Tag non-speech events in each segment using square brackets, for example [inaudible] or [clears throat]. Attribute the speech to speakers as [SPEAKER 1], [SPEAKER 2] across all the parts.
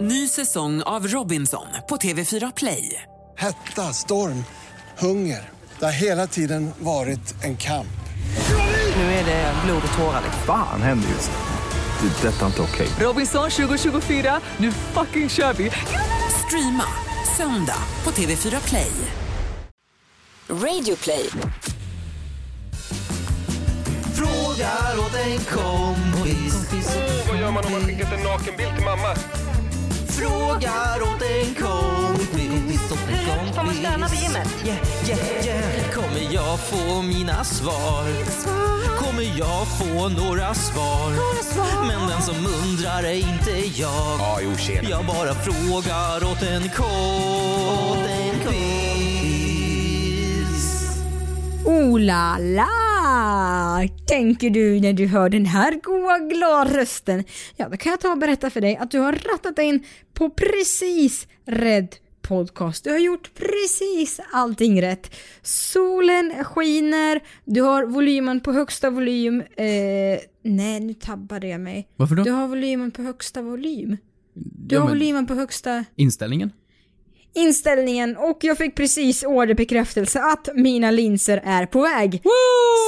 [SPEAKER 1] Ny säsong av Robinson på TV4 Play.
[SPEAKER 2] Hetta, storm, hunger. Det har hela tiden varit en kamp.
[SPEAKER 1] Nu är det blod och tårar.
[SPEAKER 3] Fan händer just nu. Det. är Detta är inte okej.
[SPEAKER 1] Robinson 2024, nu fucking kör vi! Streama söndag på TV4 Play.
[SPEAKER 4] Radio play.
[SPEAKER 5] Frågar åt en kompis.
[SPEAKER 6] Vad gör man om man skickat en nakenbild till mamma?
[SPEAKER 5] Frågar åt en kompis. Hur får man stöna på gymmet? Yeah, yeah, yeah. Kommer jag få mina svar? Kommer jag få några svar? Men den som undrar är inte jag.
[SPEAKER 6] Ja, jo, tjena.
[SPEAKER 5] Jag bara frågar åt en kompis.
[SPEAKER 7] Oh la la! Tänker du när du hör den här goa glada rösten? Ja, då kan jag ta och berätta för dig att du har rattat dig in på precis rätt podcast. Du har gjort precis allting rätt. Solen skiner, du har volymen på högsta volym. Eh, nej, nu tabbade jag mig.
[SPEAKER 8] Varför då?
[SPEAKER 7] Du har volymen på högsta volym. Du
[SPEAKER 8] Ja,
[SPEAKER 7] har
[SPEAKER 8] men-
[SPEAKER 7] volymen på högsta
[SPEAKER 8] Inställningen?
[SPEAKER 7] inställningen och jag fick precis orderbekräftelse att mina linser är på väg.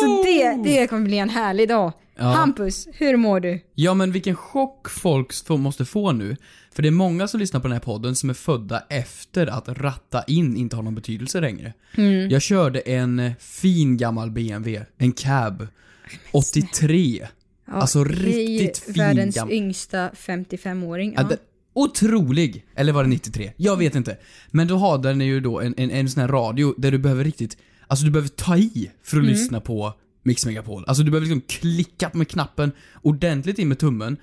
[SPEAKER 7] Så det, det kommer bli en härlig dag. Hampus, hur mår du?
[SPEAKER 8] Ja, men vilken chock folk f- måste få nu. För det är många som lyssnar på den här podden som är födda efter att ratta in inte har någon betydelse längre. Jag körde en eh, fin gammal BMW, en cab, 83. alltså riktigt
[SPEAKER 7] I
[SPEAKER 8] fin
[SPEAKER 7] världens
[SPEAKER 8] gammal.
[SPEAKER 7] yngsta 55-åring.
[SPEAKER 8] Ja.
[SPEAKER 7] Ja.
[SPEAKER 8] den- Otrolig! Eller var det 93? Jag vet inte. Men då har den ju då en, en, en sån här radio där du behöver riktigt, alltså du behöver ta i för att lyssna på Mix Megapol. Alltså du behöver liksom klicka med knappen ordentligt in med tummen,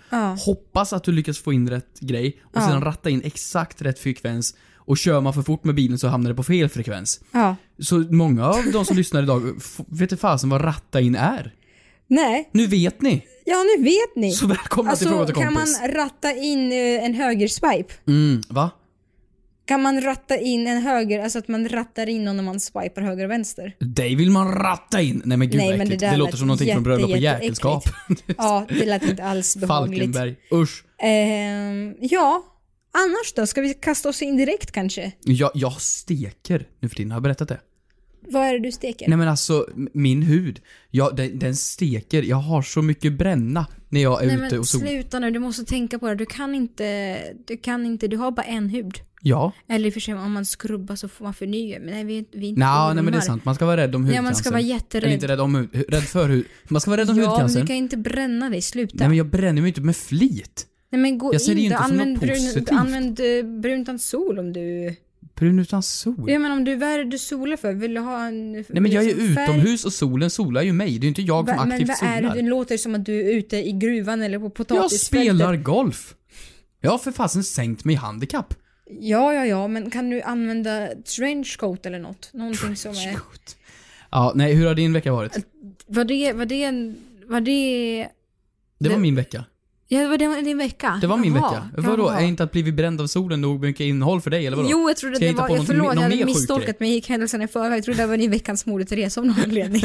[SPEAKER 8] hoppas att du lyckas få in rätt grej och sedan ratta in exakt rätt frekvens och kör man för fort med bilen så hamnar det på fel frekvens.
[SPEAKER 7] Ja.
[SPEAKER 8] Så många av de som lyssnar idag f- vet inte fasen vad ratta in är.
[SPEAKER 7] Nej,
[SPEAKER 8] Nu vet ni!
[SPEAKER 7] ja nu vet ni.
[SPEAKER 8] Så välkomna till
[SPEAKER 7] Alltså
[SPEAKER 8] Fråga till
[SPEAKER 7] kan man
[SPEAKER 8] kompis.
[SPEAKER 7] ratta in eh, en högerswipe?
[SPEAKER 8] Mm, va?
[SPEAKER 7] Kan man ratta in en höger, alltså att man rattar in någon när man swipar höger och vänster?
[SPEAKER 8] Dig vill man ratta in! Nej men gud
[SPEAKER 7] Nej,
[SPEAKER 8] vad
[SPEAKER 7] men
[SPEAKER 8] äckligt.
[SPEAKER 7] det
[SPEAKER 8] Det,
[SPEAKER 7] där
[SPEAKER 8] låter
[SPEAKER 7] lät
[SPEAKER 8] som någonting från Bröllop och
[SPEAKER 7] jätte-
[SPEAKER 8] jäkelskap.
[SPEAKER 7] Ja, det lät inte alls behagligt.
[SPEAKER 8] Falkenberg. Usch.
[SPEAKER 7] Ehm, ja, annars då? Ska vi kasta oss in direkt kanske?
[SPEAKER 8] Jag, jag steker nu för tiden, har jag berättat det?
[SPEAKER 7] Vad är det du steker?
[SPEAKER 8] Nej men alltså, m- min hud. Jag, den, den steker. Jag har så mycket bränna när jag är
[SPEAKER 7] Nej,
[SPEAKER 8] ute
[SPEAKER 7] men
[SPEAKER 8] och sol.
[SPEAKER 7] sluta nu, du måste tänka på det. Du kan inte, du kan inte, du har bara en hud.
[SPEAKER 8] Ja.
[SPEAKER 7] Eller i och för sig om man skrubbar så får man förnya. Men nej, vi, är inte- vi är inte
[SPEAKER 8] Nå, nej
[SPEAKER 7] ormar.
[SPEAKER 8] men det är sant. Man ska vara rädd om
[SPEAKER 7] Ja,
[SPEAKER 8] hudcancern.
[SPEAKER 7] man ska vara jätterädd.
[SPEAKER 8] Eller inte rädd om hud, rädd för hud. Man ska vara rädd om
[SPEAKER 7] Ja, men
[SPEAKER 8] hudcancern.
[SPEAKER 7] du kan inte bränna dig, sluta.
[SPEAKER 8] Nej men jag bränner mig inte med flit.
[SPEAKER 7] Nej, men gå
[SPEAKER 8] jag ser det ju
[SPEAKER 7] in, då.
[SPEAKER 8] inte som något
[SPEAKER 7] använd, brun,
[SPEAKER 8] positivt.
[SPEAKER 7] då använd eh, brunt utan sol om du...
[SPEAKER 8] Brun utan sol.
[SPEAKER 7] Ja men om du, vad är det du solar för? Vill du ha en...
[SPEAKER 8] Nej men jag är ju
[SPEAKER 7] liksom färg?
[SPEAKER 8] utomhus och solen solar ju mig. Det är ju inte jag som
[SPEAKER 7] Va, men
[SPEAKER 8] aktivt
[SPEAKER 7] vad
[SPEAKER 8] solar.
[SPEAKER 7] är det? Det låter som att du är ute i gruvan eller på
[SPEAKER 8] Jag
[SPEAKER 7] potatisfältet.
[SPEAKER 8] spelar golf. Jag har för fasen sänkt mig i handikapp.
[SPEAKER 7] Ja, ja, ja, men kan du använda trenchcoat eller något? Någonting som är...
[SPEAKER 8] Shoot. Ja, nej, hur har din vecka varit?
[SPEAKER 7] Äh, Var det, var det en... Var det...
[SPEAKER 8] Det var
[SPEAKER 7] det-
[SPEAKER 8] min vecka.
[SPEAKER 7] Ja, var det en din vecka?
[SPEAKER 8] Det var min
[SPEAKER 7] Jaha,
[SPEAKER 8] vecka. Vadå,
[SPEAKER 7] jaha.
[SPEAKER 8] är inte att blivit bränd av solen nog mycket innehåll för dig eller vadå?
[SPEAKER 7] Jo, jag trodde att
[SPEAKER 8] Ska
[SPEAKER 7] det
[SPEAKER 8] hitta
[SPEAKER 7] var...
[SPEAKER 8] på
[SPEAKER 7] Jag
[SPEAKER 8] något-
[SPEAKER 7] förlåt, jag
[SPEAKER 8] någon mer
[SPEAKER 7] hade
[SPEAKER 8] sjuk grej?
[SPEAKER 7] misstolkat mig, gick händelserna i förväg. Jag trodde det var din veckans Moder Therese av någon
[SPEAKER 8] [laughs]
[SPEAKER 7] anledning.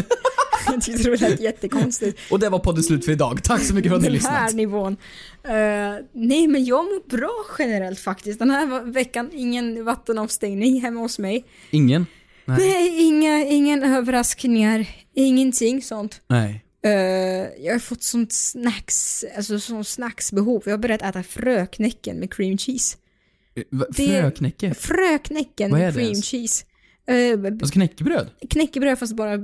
[SPEAKER 7] jag tyckte det lät jättekonstigt.
[SPEAKER 8] Och det var podden slut för idag. Tack så mycket för att ni
[SPEAKER 7] Den
[SPEAKER 8] lyssnat.
[SPEAKER 7] här nivån. Eh, nej, men jag mår bra generellt faktiskt. Den här veckan, ingen vattenavstängning hemma hos mig.
[SPEAKER 8] Ingen? Nej.
[SPEAKER 7] Nej, inga, ingen överraskningar. Ingenting sånt.
[SPEAKER 8] Nej.
[SPEAKER 7] Eh, jag har fått sånt snacks, alltså sånt snacksbehov. Jag har börjat äta fröknäcken med cream cheese.
[SPEAKER 8] Va-
[SPEAKER 7] Det-
[SPEAKER 8] Fröknäcke?
[SPEAKER 7] Fröknäcken
[SPEAKER 8] Vad är
[SPEAKER 7] med
[SPEAKER 8] det
[SPEAKER 7] cream
[SPEAKER 8] ens?
[SPEAKER 7] cheese. Eh, b-
[SPEAKER 8] Alltså knäckebröd?
[SPEAKER 7] knäckebröd fast bara eh,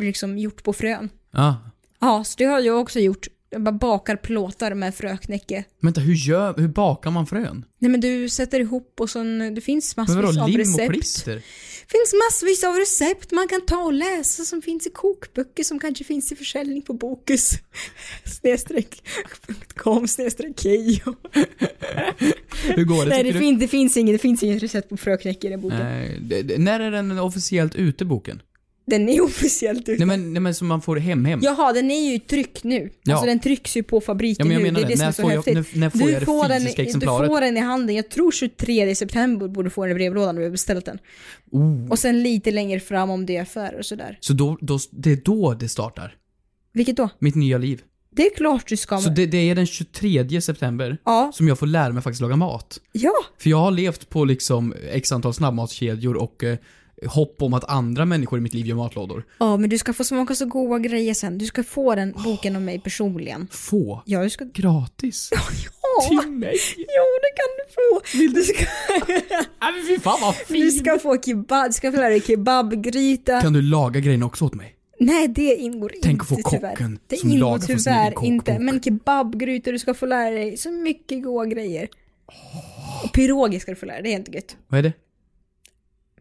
[SPEAKER 7] liksom gjort på frön.
[SPEAKER 8] Ja.
[SPEAKER 7] Ja, så det har jag också gjort. Jag bara bakar plåtar med fröknäcke.
[SPEAKER 8] Vänta, hur gör, hur bakar man frön?
[SPEAKER 7] Nej men du sätter ihop och sen, eh, det finns
[SPEAKER 8] Men vadå,
[SPEAKER 7] massvis av
[SPEAKER 8] lim och
[SPEAKER 7] recept.
[SPEAKER 8] klister?
[SPEAKER 7] finns massvis av recept man kan ta och läsa som finns i kokböcker som kanske finns i försäljning på Bokus. [laughs] Snedstreck [laughs] .com snedstreck Keyyo.
[SPEAKER 8] Hur går det,
[SPEAKER 7] Nej,
[SPEAKER 8] tycker
[SPEAKER 7] det,
[SPEAKER 8] du?
[SPEAKER 7] fin- det, finns ingen, det finns inget recept på fröknäcke i den boken.
[SPEAKER 8] Nej, det, det, när är den officiellt ute, boken?
[SPEAKER 7] Den är officiellt ute.
[SPEAKER 8] Nej men, nej men som man får hem hem.
[SPEAKER 7] Jaha, den är ju i tryck nu.
[SPEAKER 8] Ja.
[SPEAKER 7] Alltså den trycks ju på fabriken
[SPEAKER 8] Ja, men jag
[SPEAKER 7] nu.
[SPEAKER 8] menar
[SPEAKER 7] det är
[SPEAKER 8] det.
[SPEAKER 7] det som
[SPEAKER 8] När
[SPEAKER 7] är så
[SPEAKER 8] får jag-
[SPEAKER 7] häftigt.
[SPEAKER 8] när- när får jag det
[SPEAKER 7] den,
[SPEAKER 8] fysiska
[SPEAKER 7] i-
[SPEAKER 8] exemplaret?
[SPEAKER 7] Du får den i handen. Jag tror 23 september borde få den i brevlådan när vi har beställt den.
[SPEAKER 8] Oh.
[SPEAKER 7] Och sen lite längre fram om det är affärer och sådär.
[SPEAKER 8] Så då, då, det är då det startar.
[SPEAKER 7] Vilket då?
[SPEAKER 8] Mitt nya liv.
[SPEAKER 7] Det är klart du ska.
[SPEAKER 8] Så det, det är den 23 september
[SPEAKER 7] Ja.
[SPEAKER 8] som jag får lära mig faktiskt laga mat.
[SPEAKER 7] Ja,
[SPEAKER 8] För jag har levt på liksom x antal snabbmatskedjor och eh, hopp om att andra människor i mitt liv gör matlådor.
[SPEAKER 7] Ja, men du ska få smaka så goda grejer sen. Du ska få den boken av mig personligen.
[SPEAKER 8] Få.
[SPEAKER 7] Ja, du ska...
[SPEAKER 8] Gratis.
[SPEAKER 7] Ja,
[SPEAKER 8] [laughs] Till mig.
[SPEAKER 7] ja det kan du få! Du ska, [laughs]
[SPEAKER 8] Nej men fy fan vad
[SPEAKER 7] du
[SPEAKER 8] fint.
[SPEAKER 7] ska få kebab, du ska få lära dig kebabgryta.
[SPEAKER 8] Kan du laga grejerna också åt mig?
[SPEAKER 7] Nej, det ingår inte
[SPEAKER 8] Tänk att få
[SPEAKER 7] tyvärr.
[SPEAKER 8] kocken
[SPEAKER 7] Det
[SPEAKER 8] som
[SPEAKER 7] ingår
[SPEAKER 8] lagar från sin egen
[SPEAKER 7] tyvärr
[SPEAKER 8] kokbok.
[SPEAKER 7] inte. Men kebabgrytor, du ska få lära dig så mycket goda grejer. Och piroger ska du få lära dig, det är inte gött.
[SPEAKER 8] Vad är det?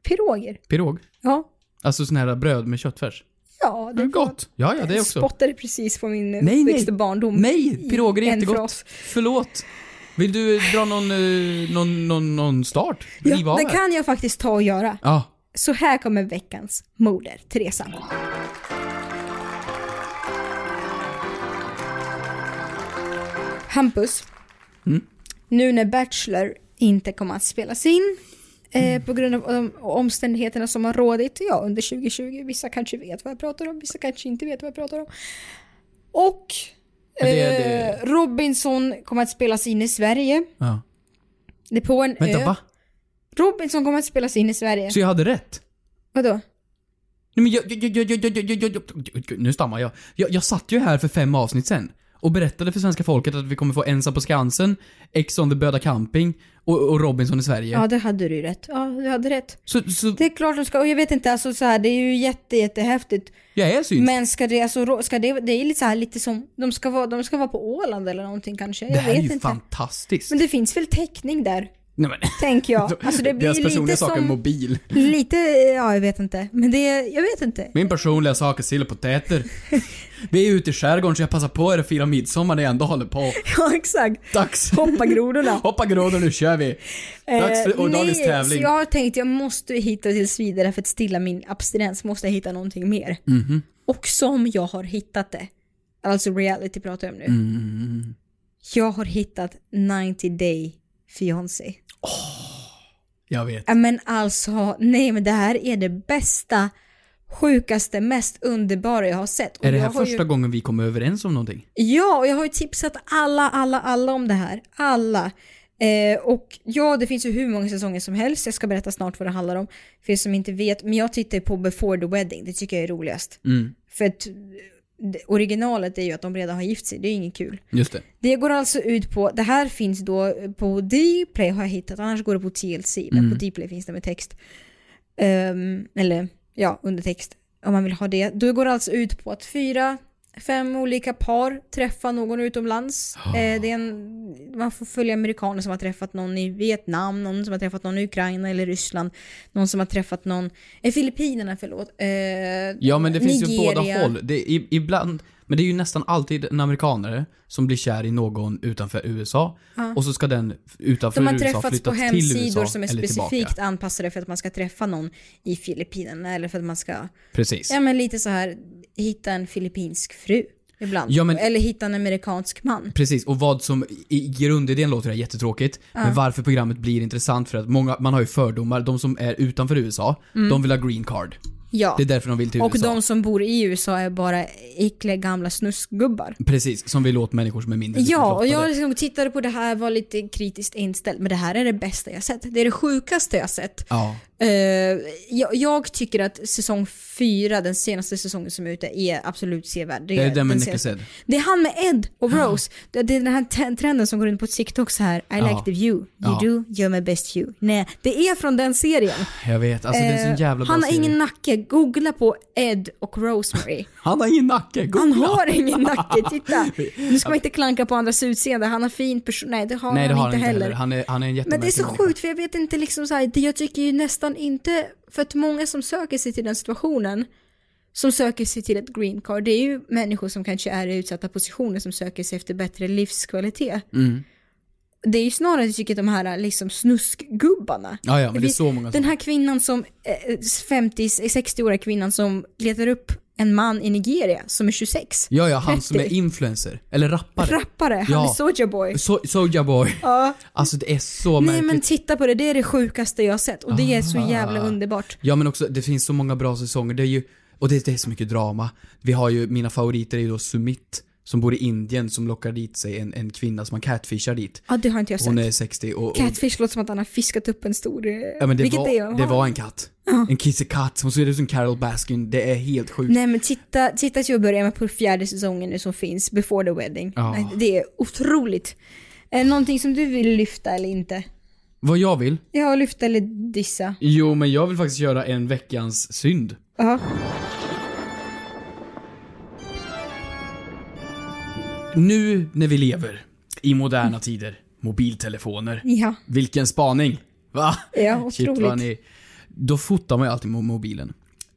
[SPEAKER 7] Piroger?
[SPEAKER 8] Pirog?
[SPEAKER 7] Ja.
[SPEAKER 8] Alltså sån här bröd med köttfärs?
[SPEAKER 7] Ja,
[SPEAKER 8] Det är gott. Mm. Ja, ja, det är
[SPEAKER 7] Jag
[SPEAKER 8] också.
[SPEAKER 7] spottade precis på min
[SPEAKER 8] nej.
[SPEAKER 7] uppväxt och barndom.
[SPEAKER 8] Nej,
[SPEAKER 7] i
[SPEAKER 8] piroger är
[SPEAKER 7] en
[SPEAKER 8] jättegott.
[SPEAKER 7] fras.
[SPEAKER 8] Förlåt. Vill du dra någon, eh, någon, någon, någon start? Riva
[SPEAKER 7] Ja,
[SPEAKER 8] av
[SPEAKER 7] det
[SPEAKER 8] här.
[SPEAKER 7] kan jag faktiskt ta och göra.
[SPEAKER 8] Ja.
[SPEAKER 7] Så här kommer veckans moder, Teresa. Hampus,
[SPEAKER 8] Mm.
[SPEAKER 7] nu när Bachelor inte kommer att spelas in
[SPEAKER 8] Mm.
[SPEAKER 7] eh, på grund av de omständigheterna som har rådit ja, under 2020, vissa kanske vet vad jag pratar om, vissa kanske inte vet vad jag pratar om. Och
[SPEAKER 8] Men det- det-
[SPEAKER 7] eh, Robinson kommer att spelas in i Sverige.
[SPEAKER 8] ja.
[SPEAKER 7] Det är på en
[SPEAKER 8] Vänta,
[SPEAKER 7] ö.
[SPEAKER 8] va?
[SPEAKER 7] Robinson kommer att spelas in i Sverige.
[SPEAKER 8] Så jag hade rätt?
[SPEAKER 7] Vadå?
[SPEAKER 8] Nej men jag, jag, jag, jag, jag, jag, jag, jag, jag nu stammar jag. jag. Jag satt ju här för fem avsnitt sen och berättade för svenska folket att vi kommer få Ensam på Skansen, Ex on the Böda Camping och, och Robinson i Sverige.
[SPEAKER 7] Ja, det hade du ju rätt. Ja, du hade rätt.
[SPEAKER 8] Så, så
[SPEAKER 7] Det är klart de ska, och jag vet inte, alltså så här, det är ju jätte, jättehäftigt.
[SPEAKER 8] jag är syns.
[SPEAKER 7] Men ska det, alltså, rå- ska det, det är lite så här lite som, de ska vara, de ska vara på Åland eller någonting kanske. Jag
[SPEAKER 8] det här
[SPEAKER 7] vet
[SPEAKER 8] är ju
[SPEAKER 7] inte.
[SPEAKER 8] fantastiskt.
[SPEAKER 7] Men det finns väl täckning där,
[SPEAKER 8] Nej, men,
[SPEAKER 7] tänker
[SPEAKER 8] [laughs]
[SPEAKER 7] jag. Alltså det blir
[SPEAKER 8] Deras
[SPEAKER 7] ju
[SPEAKER 8] personliga
[SPEAKER 7] lite
[SPEAKER 8] sak är
[SPEAKER 7] som,
[SPEAKER 8] mobil.
[SPEAKER 7] lite, ja jag vet inte. Men det, är- jag vet inte. [laughs]
[SPEAKER 8] Min personliga sak är sill och potäter. Vi är ute i skärgården så jag passar på er att fira midsommar när jag ändå håller på.
[SPEAKER 7] Ja, exakt.
[SPEAKER 8] Dags!
[SPEAKER 7] Hoppa grodorna.
[SPEAKER 8] Hoppa grodor, nu kör vi! Dags för
[SPEAKER 7] Eh,
[SPEAKER 8] O'Donnys
[SPEAKER 7] nej,
[SPEAKER 8] tävling.
[SPEAKER 7] så jag har tänkt jag måste hitta tills vidare för att stilla min abstinens måste jag hitta någonting mer.
[SPEAKER 8] Mhm.
[SPEAKER 7] Och som jag har hittat det, alltså reality pratar jag om nu.
[SPEAKER 8] Mm.
[SPEAKER 7] Jag har hittat 90 day fiancé.
[SPEAKER 8] Jag vet.
[SPEAKER 7] Ja, Men alltså, nej men det här är det bästa, sjukaste, mest underbara jag har sett. Och
[SPEAKER 8] Är det
[SPEAKER 7] jag
[SPEAKER 8] här
[SPEAKER 7] har
[SPEAKER 8] första
[SPEAKER 7] ju...
[SPEAKER 8] gången vi kommer överens om någonting?
[SPEAKER 7] Ja, och jag har ju tipsat alla, alla, alla om det här. Alla. Eh, och ja, det finns ju hur många säsonger som helst. Jag ska berätta snart vad det handlar om. För er som inte vet. Men jag tittar ju på Before the Wedding. Det tycker jag är roligast. För att eh, det- originalet är ju att de redan har gift sig. Det är ju inget kul.
[SPEAKER 8] Just det.
[SPEAKER 7] Det går alltså ut på, det här finns då på Dplay har jag hittat, annars går det på TLC, men
[SPEAKER 8] Mm.
[SPEAKER 7] på Dplay finns det med text. Ehm, eller ja, undertext, om man vill ha det. Då går det alltså ut på att fyra, fem olika par träffar någon utomlands.
[SPEAKER 8] Ah.
[SPEAKER 7] Eh, det är en, man får följa amerikaner som har träffat någon i Vietnam, någon som har träffat någon i Ukraina eller Ryssland, någon som har träffat någon, eh, Filippinerna förlåt. Eh,
[SPEAKER 8] Ja men det finns ju
[SPEAKER 7] Nigeria.
[SPEAKER 8] båda håll. Det är, i- ibland, men det är ju nästan alltid en amerikanare som blir kär i någon utanför USA. Och så ska den f- utanför
[SPEAKER 7] De har
[SPEAKER 8] USA
[SPEAKER 7] träffats på
[SPEAKER 8] flytta till USA
[SPEAKER 7] hemsidor som är
[SPEAKER 8] eller
[SPEAKER 7] specifikt
[SPEAKER 8] tillbaka.
[SPEAKER 7] anpassade för att man ska träffa någon i Filippinerna eller för att man ska,
[SPEAKER 8] Precis.
[SPEAKER 7] ja men lite så här, hitta en filippinsk fru ibland.
[SPEAKER 8] Ja, men-
[SPEAKER 7] Eller hitta en amerikansk man.
[SPEAKER 8] Precis, och vad som i- i grundidén låter det här jättetråkigt, men varför programmet blir intressant för att många, man har ju fördomar, de som är utanför USA, de vill ha green card.
[SPEAKER 7] Mm. Ja.
[SPEAKER 8] Det är därför de vill till
[SPEAKER 7] Och
[SPEAKER 8] USA.
[SPEAKER 7] de som bor i USA är bara äckliga gamla snuskgubbar.
[SPEAKER 8] Precis, som vill åt människor som är mindre
[SPEAKER 7] Ja, och
[SPEAKER 8] lyckligt
[SPEAKER 7] jag
[SPEAKER 8] lottade.
[SPEAKER 7] liksom tittade på det här, var lite kritiskt inställd, men det här är det bästa jag sett. Det är det sjukaste jag sett.
[SPEAKER 8] Ja.
[SPEAKER 7] Eh, jag, jag tycker att säsong fyra, den senaste säsongen som är ute, är absolut sevärd.
[SPEAKER 8] Det är den med
[SPEAKER 7] senaste-
[SPEAKER 8] Nicholas Ed.
[SPEAKER 7] Det är han med Ed och Rose. Det, det är den här te- trenden som går runt på TikTok så här. I like the view, you
[SPEAKER 8] Ja.
[SPEAKER 7] do, you're my best you. Nej, det är från den serien.
[SPEAKER 8] Jag vet, alltså det är en
[SPEAKER 7] Eh,
[SPEAKER 8] sån jävla bra
[SPEAKER 7] han har
[SPEAKER 8] serie.
[SPEAKER 7] ingen nacke, googla på Ed och
[SPEAKER 8] [laughs]
[SPEAKER 7] Rosemary.
[SPEAKER 8] Han har ingen nacke,
[SPEAKER 7] Han
[SPEAKER 8] googla!
[SPEAKER 7] har ingen nacke,
[SPEAKER 8] [laughs]
[SPEAKER 7] titta. Nu ska man inte klanka på andras utseende, han har fin person, nej det har
[SPEAKER 8] Nej det
[SPEAKER 7] han
[SPEAKER 8] har
[SPEAKER 7] inte heller.
[SPEAKER 8] Han är, han är
[SPEAKER 7] Men
[SPEAKER 8] en
[SPEAKER 7] det är
[SPEAKER 8] jättemärklig
[SPEAKER 7] så
[SPEAKER 8] människa.
[SPEAKER 7] sjukt för jag vet inte liksom så här, det- jag tycker ju nästan inte, för att många som söker sig till den situationen, som söker sig till ett green card, det är ju människor som kanske är i utsatta positioner som söker sig efter bättre livskvalitet.
[SPEAKER 8] Mm.
[SPEAKER 7] Det är ju snarare jag tycker de här liksom snuskgubbarna.
[SPEAKER 8] Ja, ja, men det är
[SPEAKER 7] Vi-
[SPEAKER 8] så många som-
[SPEAKER 7] Den här kvinnan som, eh, 50-60-åriga kvinnan som letar upp en man i Nigeria som är 26.
[SPEAKER 8] Ja, ja, han som
[SPEAKER 7] 30.
[SPEAKER 8] är influencer. Eller rappare.
[SPEAKER 7] Rappare, han
[SPEAKER 8] Ja.
[SPEAKER 7] är Soulja Boy.
[SPEAKER 8] So Soulja Boy.
[SPEAKER 7] Ja.
[SPEAKER 8] Alltså det är så
[SPEAKER 7] Nej
[SPEAKER 8] märkligt. Ah.
[SPEAKER 7] men titta på det, det är det sjukaste jag har sett och det är så jävla underbart.
[SPEAKER 8] Ja men också, det finns så många bra säsonger. Det är ju, och det, det är så mycket drama. Vi har ju, mina favoriter är ju då Sumit. som bor i Indien som lockar dit sig en, en kvinna som man catfishar dit.
[SPEAKER 9] Ja, det har inte jag
[SPEAKER 8] Hon
[SPEAKER 9] sett.
[SPEAKER 8] är 60 och... och
[SPEAKER 9] Catfish låter som att han har fiskat upp en stor... eh,
[SPEAKER 8] ja, men det,
[SPEAKER 9] vilket
[SPEAKER 8] var,
[SPEAKER 9] det är.
[SPEAKER 8] det var en katt. En kissekatt som ser ut som Carol Baskin. Det är helt sjukt.
[SPEAKER 9] Nej men titta, titta till att börja med på fjärde säsongen nu som finns, Before the Wedding.
[SPEAKER 8] Ja.
[SPEAKER 9] Nej, Det är otroligt. Eh, Någonting som du vill lyfta eller inte?
[SPEAKER 8] Vad jag vill?
[SPEAKER 9] Ja, lyfta eller dissa.
[SPEAKER 8] Jo, men jag vill faktiskt göra en veckans synd.
[SPEAKER 9] Ja.
[SPEAKER 8] Nu när vi lever i moderna tider, mobiltelefoner.
[SPEAKER 9] Ja,
[SPEAKER 8] Vilken spaning! Va?
[SPEAKER 9] ja
[SPEAKER 8] Shit, vad
[SPEAKER 9] otroligt.
[SPEAKER 8] ni... Då fotar man ju alltid med mobilen.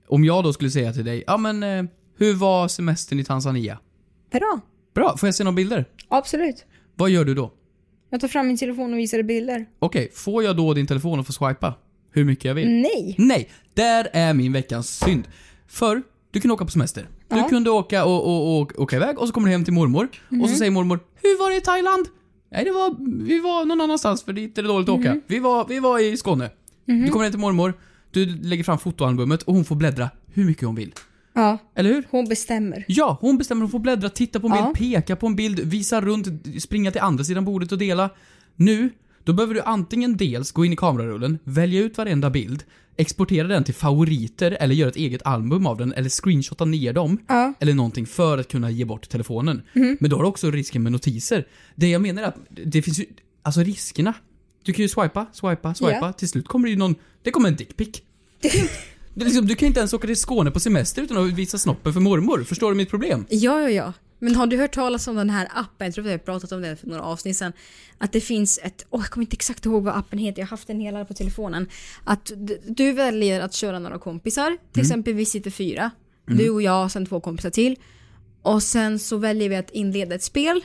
[SPEAKER 8] Om jag då skulle säga till dig, ja men eh, hur var semestern i Tanzania?
[SPEAKER 9] Bra.
[SPEAKER 8] Bra, får jag se några bilder?
[SPEAKER 9] Absolut.
[SPEAKER 8] Vad gör du då?
[SPEAKER 9] Jag tar fram min telefon och visar dig bilder.
[SPEAKER 8] Okej, får jag då din telefon och få swipa? Hur mycket jag vill?
[SPEAKER 9] Nej.
[SPEAKER 8] Nej, där är min veckans synd. För du kunde åka på semester. Du kunde åka och, och, och åka iväg och så kommer du hem till mormor. Och så säger mormor, hur var det i Thailand? Nej, det var, vi var någon annanstans för dit är det dåligt att åka. Vi var, vi var i Skåne. Du kommer hem till mormor, du lägger fram fotoalbumet och hon får bläddra hur mycket hon vill.
[SPEAKER 9] Ja,
[SPEAKER 8] Eller hur?
[SPEAKER 9] hon bestämmer.
[SPEAKER 8] Ja, hon bestämmer. Hon får bläddra, titta på en
[SPEAKER 9] Ja.
[SPEAKER 8] bild, peka på en bild, visa runt, springa till andra sidan bordet och dela. Nu, då behöver du antingen dels gå in i kamerarullen, välja ut varenda bild, exportera den till favoriter eller göra ett eget album av den eller screenshotta ner dem.
[SPEAKER 9] Ja. Mhm.
[SPEAKER 8] Eller någonting för att kunna ge bort telefonen. Men då har du också risken med notiser. Det jag menar är att det finns ju, alltså riskerna. Du kan ju swipa, swipa, swipa.
[SPEAKER 9] Ja.
[SPEAKER 8] Till slut kommer det ju någon, det kommer en dickpic. Det är liksom, du kan inte ens åka till Skåne på semester utan att visa snoppen för mormor. Förstår du mitt problem?
[SPEAKER 7] Ja, ja, ja. Men har du hört talas om den här appen? Jag tror vi har pratat om det för några avsnitt sedan. Att det finns ett, åh jag kommer inte exakt ihåg vad appen heter, jag har haft den hela på telefonen. Att d- du väljer att köra några kompisar, till exempel vi sitter fyra. Du och jag och sen två kompisar till. Och sen så väljer vi att inleda ett spel.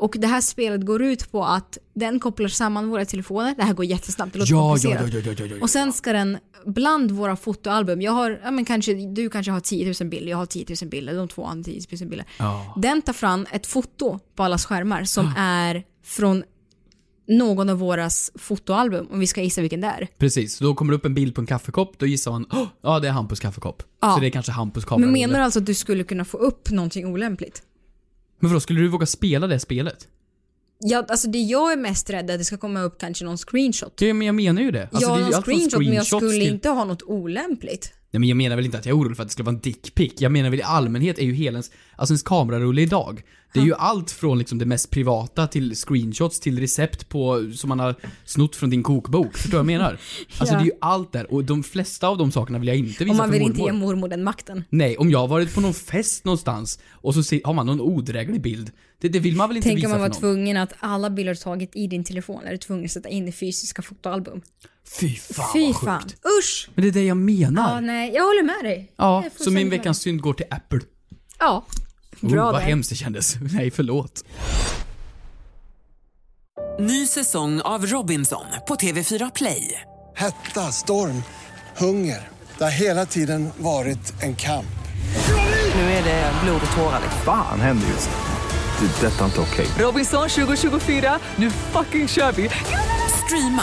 [SPEAKER 7] Och det här spelet går ut på att den kopplar samman våra telefoner. Det här går jättesnabbt, det låter
[SPEAKER 8] Ja, ja,
[SPEAKER 7] komplicerat.
[SPEAKER 8] ja, ja, ja, ja, ja.
[SPEAKER 7] Och sen ska den, bland våra fotoalbum, jag har, ja, men kanske, du kanske har 10 000 bilder, jag har 10 000 bilder, de två har 10 000 bilder.
[SPEAKER 8] Ja. Ah.
[SPEAKER 7] Den tar fram ett foto på allas skärmar som är från någon av våras fotoalbum, om vi ska gissa vilken det är.
[SPEAKER 8] Precis, så då kommer det upp en bild på en kaffekopp, då gissar man "Åh, ja det är Hampus kaffekopp.
[SPEAKER 7] Ja.
[SPEAKER 8] Så det är kanske Hampus kamera.
[SPEAKER 7] Men menar du alltså att du skulle kunna få upp någonting olämpligt?
[SPEAKER 8] Men vadå, skulle du våga spela det spelet?
[SPEAKER 7] Ja, alltså det jag är mest rädd är att det ska komma upp kanske någon screenshot.
[SPEAKER 8] Det, men jag menar ju det. Alltså, det är
[SPEAKER 7] ja,
[SPEAKER 8] ju
[SPEAKER 7] någon
[SPEAKER 8] allt från
[SPEAKER 7] screenshot men jag
[SPEAKER 8] screenshots
[SPEAKER 7] skulle
[SPEAKER 8] till-
[SPEAKER 7] inte ha något olämpligt.
[SPEAKER 8] Nej men jag menar väl inte att jag är orolig för att det skulle vara en dickpic. Jag menar väl i allmänhet är ju hela ens, alltså ens kamerarulle idag. Det är ju allt från liksom det mest privata till screenshots till recept på, som man har snott från din kokbok. Förstår du vad
[SPEAKER 7] [laughs]
[SPEAKER 8] jag menar? Alltså
[SPEAKER 7] Ja.
[SPEAKER 8] det är ju allt där och de flesta av de sakerna vill jag inte visa
[SPEAKER 7] Om man
[SPEAKER 8] för
[SPEAKER 7] vill
[SPEAKER 8] mormor.
[SPEAKER 7] inte ge mormor den makten.
[SPEAKER 8] Nej, om jag har varit på någon fest någonstans och så ser- har man någon odräglig bild. Det, det vill man väl inte
[SPEAKER 7] Tänk
[SPEAKER 8] visa
[SPEAKER 7] om man
[SPEAKER 8] för
[SPEAKER 7] var
[SPEAKER 8] någon?
[SPEAKER 7] tvungen att alla bilder du tagit i din telefon är du tvungen att sätta in i fysiska fotoalbum.
[SPEAKER 8] Fy fan
[SPEAKER 7] Fy
[SPEAKER 8] vad
[SPEAKER 7] fan.
[SPEAKER 8] sjukt.
[SPEAKER 7] Usch!
[SPEAKER 8] Men det är det jag
[SPEAKER 7] Ja,
[SPEAKER 8] menar.
[SPEAKER 7] nej, jag håller med dig.
[SPEAKER 8] Ja,
[SPEAKER 7] Jag är
[SPEAKER 8] så min
[SPEAKER 7] fullständigt
[SPEAKER 8] veckans synd går till Apple.
[SPEAKER 7] med. Ja.
[SPEAKER 8] Oh,
[SPEAKER 7] Bra
[SPEAKER 8] vad
[SPEAKER 7] där.
[SPEAKER 8] hemskt det kändes. [laughs] Nej, förlåt.
[SPEAKER 1] Ny säsong av Robinson på TV4 Play.
[SPEAKER 10] Hetta, storm, hunger. Det har hela tiden varit en kamp.
[SPEAKER 1] Nu är det blod och tårar. liksom.
[SPEAKER 3] Fan händer just det. Det är detta inte okej.
[SPEAKER 1] Robinson 2024, nu fucking kör vi! Streama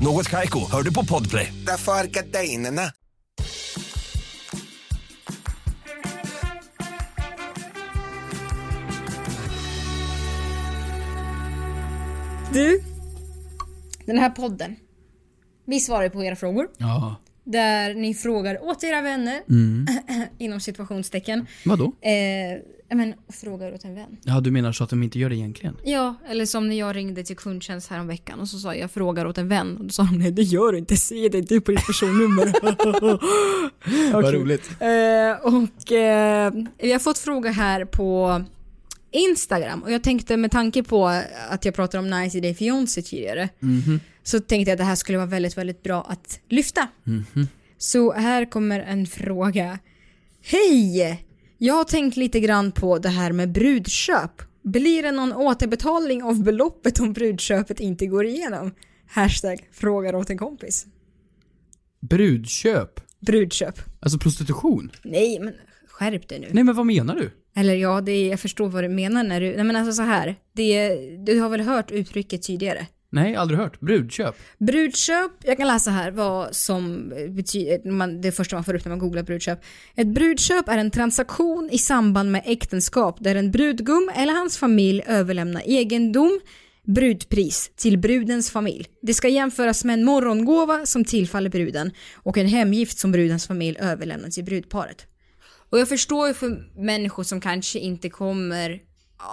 [SPEAKER 11] Något Kaiko, hör du på Podplay.
[SPEAKER 2] Därför är gardinerna.
[SPEAKER 9] Du, den här podden. Vi svarar ju på era frågor.
[SPEAKER 8] Ja.
[SPEAKER 9] Där ni frågar åt era vänner,
[SPEAKER 8] Mm.
[SPEAKER 7] [clears throat]
[SPEAKER 9] inom situationstecken.
[SPEAKER 8] Vadå?
[SPEAKER 9] Eh, ja, men frågar åt en vän.
[SPEAKER 8] Ja, du menar så att de inte gör det egentligen?
[SPEAKER 7] Ja, eller som när jag ringde till kundtjänst här om veckan och så sa jag frågar åt en vän och då sa de nej det gör du inte, se det inte på ditt personnummer.
[SPEAKER 8] Vad roligt.
[SPEAKER 7] eh, och eh, vi har fått fråga här på Instagram och jag tänkte med tanke på att jag pratade om Nice Day Fiancé tidigare så tänkte jag att det här skulle vara väldigt, väldigt bra att lyfta. Så här kommer en fråga. Hej! Jag har tänkt lite grann på det här med brudköp Blir det någon återbetalning av beloppet om brudköpet inte går igenom? Hashtag frågar åt en kompis.
[SPEAKER 8] Brudköp?
[SPEAKER 7] Brudköp.
[SPEAKER 8] Alltså prostitution?
[SPEAKER 7] Nej, men skärp dig nu.
[SPEAKER 8] Nej men vad menar du?
[SPEAKER 7] Eller ja, det är, jag förstår vad du menar när du... Nej men alltså så här. Det, är- du har väl hört uttrycket tidigare?
[SPEAKER 8] Nej, aldrig hört. Brudköp?
[SPEAKER 7] Brudköp, jag kan läsa här vad som betyder, man, det första man får upp när man googlar brudköp. Ett brudköp är en transaktion i samband med äktenskap där en brudgum eller hans familj överlämnar egendom, brudpris, till brudens familj. Det ska jämföras med en morgongåva som tillfaller bruden och en hemgift som brudens familj överlämnar till brudparet. Och jag förstår ju för människor som kanske inte kommer